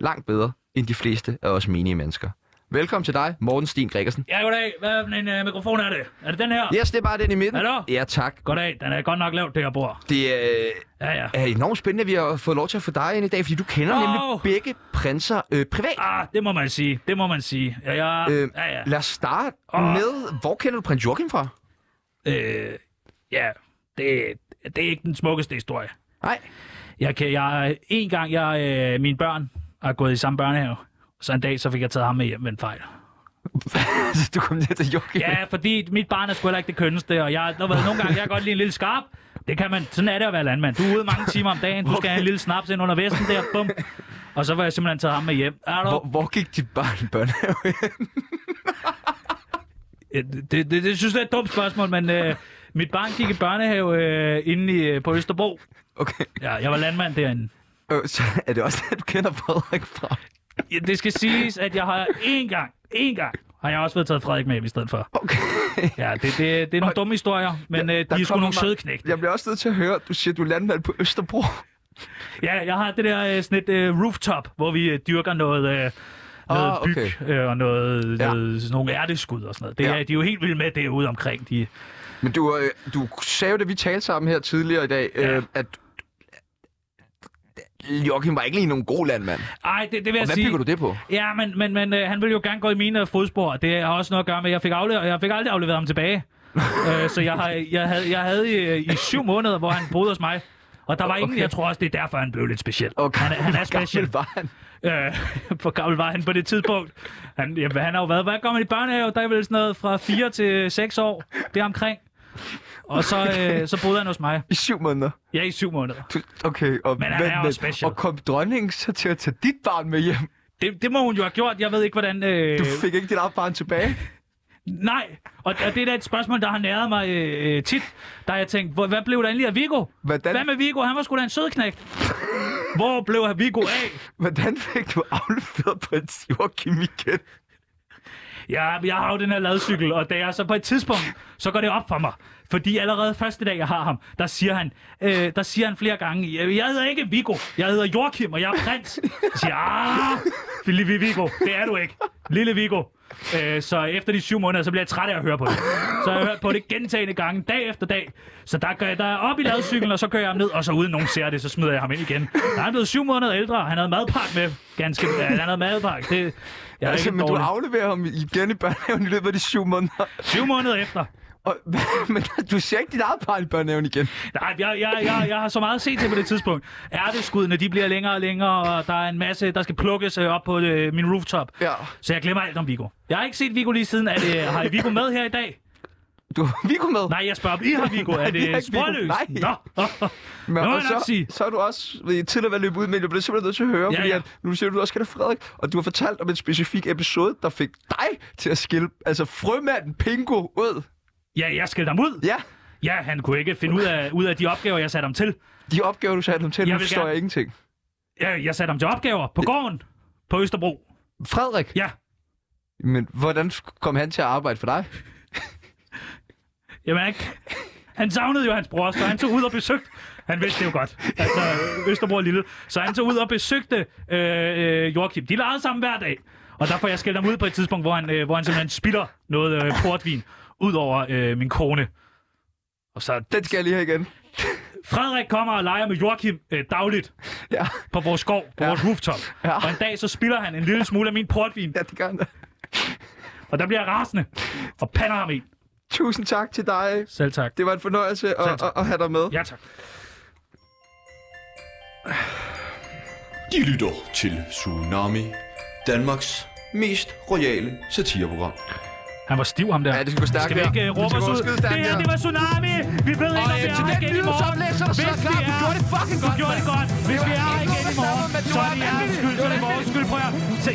langt bedre end de fleste af os menige mennesker. Velkommen til dig, Morten Sten Gregersen.
Ja, goddag. Hvad for en øh, mikrofon er det? Er det den her?
Yes, det er bare den i midten.
Hallo?
Ja, tak.
Goddag. Den er godt nok lavt, det her bord.
Det er,
Ja, ja.
er enormt spændende, at vi har fået lov til at få dig ind i dag, fordi du kender oh. nemlig
Åh.
begge prinser øh, privat.
Ah, det må man sige. Det må man sige. Ja, ja.
Øh,
ja, ja.
Lad os starte
Åh.
med, hvor kender du prins Joachim fra?
Øh, ja, det, det er ikke den smukkeste historie.
Nej.
Jeg kan, jeg, en gang, jeg, øh, mine børn har gået i samme børnehave, så en dag, så fik jeg taget ham med hjem med en fejl.
du kom ned til Joachim.
Ja, fordi mit barn er sgu heller ikke det kønneste, og jeg, der, nogle gange, jeg kan godt lide en lille skarp. Det kan man, sådan er det at være landmand. Du er ude mange timer om dagen, du skal have en lille snaps ind under vesten der, bum. Og så var jeg simpelthen taget ham med hjem. Er du?
Hvor, hvor gik dit barn i børnehave?
Ja, Det, det, det, det synes jeg er et dumt spørgsmål, men øh, mit barn gik i børnehave øh, inde i, øh, på Østerbro.
Okay.
Ja, jeg var landmand derinde.
Øh, så er det også det, du kender Frederik fra?
Ja, det skal siges, at jeg har én gang, én gang, har jeg også været taget Frederik med hjem i stedet for.
Okay.
Ja, det, det, det er nogle dumme historier, men ja, øh, de er sgu
kommer
nogle
mig-
søde knæk.
Jeg bliver også nødt til at høre, du siger, du er landmand på Østerbro.
Ja, jeg har det der øh, sådan et øh, rooftop, hvor vi øh, dyrker noget... Øh,
Ah,
noget byg
okay.
øh, og noget,
Ja.
ja. noget, sådan nogle ærteskud og sådan noget. Det
Ja.
er, De er jo helt vilde med derude omkring. De,
Men du, øh, du sagde jo, da vi talte sammen her tidligere i dag, ja. øh, at Joachim var ikke lige nogen god landmand.
ej, det, det vil jeg
Og hvad
sige...
bygger du det på?
Ja, men, men, men øh, han ville jo gerne gå i mine fodspor. og Det har også noget at gøre med, at jeg fik, afle- jeg fik aldrig afleveret ham tilbage. øh, så jeg, har- jeg havde, jeg havde i, øh, i syv måneder, hvor han boede hos mig. Og der var ingen,
Okay.
okay. jeg tror også, det er derfor, han blev lidt speciel.
Okay.
Han, er- han er
Hvor gammel
speciel.
var han?
Øh, hvor gammel var han på det tidspunkt? Han, jamen, han har jo været, hvad går man i børnehave? Der er vel sådan noget fra 4 til 6 år. Det er omkring. Og så, øh, så boede han hos mig.
I syv måneder?
Ja, i syv måneder.
Du- Okay, og,
Men han er også special.
og kom dronningen så til at tage dit barn med hjem?
Det, det må hun jo have gjort. Jeg ved ikke, hvordan... Øh...
Du fik ikke dit eget barn tilbage?
Nej, og, og det er da et spørgsmål, der har næret mig øh, øh, tit. Der har jeg tænkt, hvor, hvad blev der egentlig af Viggo?
Hvordan-
Hvad med Viggo? Han var sgu da en sødknægt. Hvor blev Viggo af?
Hvordan fik du afleveret prins Joachim igen?
Ja, jeg har jo den her ladcykel, og da jeg så på et tidspunkt, så går det op for mig. Fordi allerede første dag, jeg har ham, der siger han, øh, der siger han flere gange, "Jeg- jeg hedder ikke Viggo, jeg hedder Joachim, og jeg er prins. Jeg siger, ah, Filipe Viggo, det er du ikke. Lille Viggo. Øh, så efter de syv måneder, så bliver jeg træt af at høre på det. Så har jeg hørt på det gentagende gange, dag efter dag. Så der gør jeg der er op i ladcyklen, og så kører jeg ham ned, og så uden nogen ser det, så smider jeg ham ind igen. Der er han blevet syv måneder ældre, og han havde madpakke med. Ganske, ja, han havde madpakke. Det, jeg er
altså,
ikke
men du
dårlig.
afleverer ham igen i børnehaven i løbet af de syv måneder.
Syv måneder efter.
Og, men du ser ikke dit eget barn i børnehaven igen.
Nej, jeg, jeg, jeg, jeg har så meget set til på det tidspunkt. Ærteskuddene, de bliver længere og længere, og der er en masse, der skal plukkes øh, op på øh, min rooftop.
Ja.
Så jeg glemmer alt om Viggo. Jeg har ikke set Viggo lige siden. Er det, har I Viggo med her i dag?
Du har Viggo med.
Nej, jeg spørger, om I har Viggo.
Nej,
Er
vi
det
har ikke Viggo.
sporløst?
Nej.
Nå.
Men,
Nå,
og
jeg nok
så,
sige.
så er du også øh, til at være løbet ud, men jeg bliver simpelthen nødt til at høre, ja,
Ja,
fordi
ja.
At, nu siger du, du også kender Frederik, og du har fortalt om en specifik episode, der fik dig til at skille altså frømanden Pingo ud.
Ja, jeg skældte ham ud.
Ja,
Ja, han kunne ikke finde ud af, ud af de opgaver, jeg satte ham til.
de opgaver, du satte ham til,
Jeg
nu
vil
forstår
gerne-
jeg ingenting.
Jeg, jeg satte ham til opgaver på gården på Østerbro.
Frederik,
Ja,
men hvordan kom han til at arbejde for dig?
Jamen, han, han savnede jo hans bror, så han tog ud og besøgte... Han vidste det jo godt. Altså, Østerbro er lille. Så han tog ud og besøgte øh, øh, Joachim. De legede sammen hver dag. Og der får jeg skældt ham ud på et tidspunkt, hvor han, øh, hvor han simpelthen spilder noget øh, portvin ud over øh, min kone. Og så
Den skal jeg lige have igen.
Frederik kommer og leger med Joachim øh, dagligt
Ja,
på vores skov, på ja. vores rooftop.
Ja.
Ja. Og en dag så spilder han en lille smule af min portvin,
ja det gør han da.
og der bliver jeg rasende og pander ham i.
Tusind tak til dig.
Selv tak.
Det var en fornøjelse at,
Selv
at,
tak.
at have dig med.
Ja tak.
De lytter til Tsunami, Danmarks mest royale satireprogram.
Han var stiv, ham der.
Ja, det skal gå stærkt
Skal vi
her.
ikke øh, råbe
skal
os
gå
ud?
skide
Det
stærkt
her,
her.
det var Tsunami! Vi ved ikke, om
øh,
vi
til
er her
den
igen i
lyd,
morgen.
så læser du så
Hvis vi
klart, du
er-
gjorde det fucking
Du
godt,
gjorde det
mand.
godt. Hvis vi
Det var
er her
ikke
igen i
noget
morgen,
sammen, men du
så
er
er det jeres
vanvittig.
skyld,
Du
så er
er
det vores
vanvittig.
skyld. Prøv at høre. se.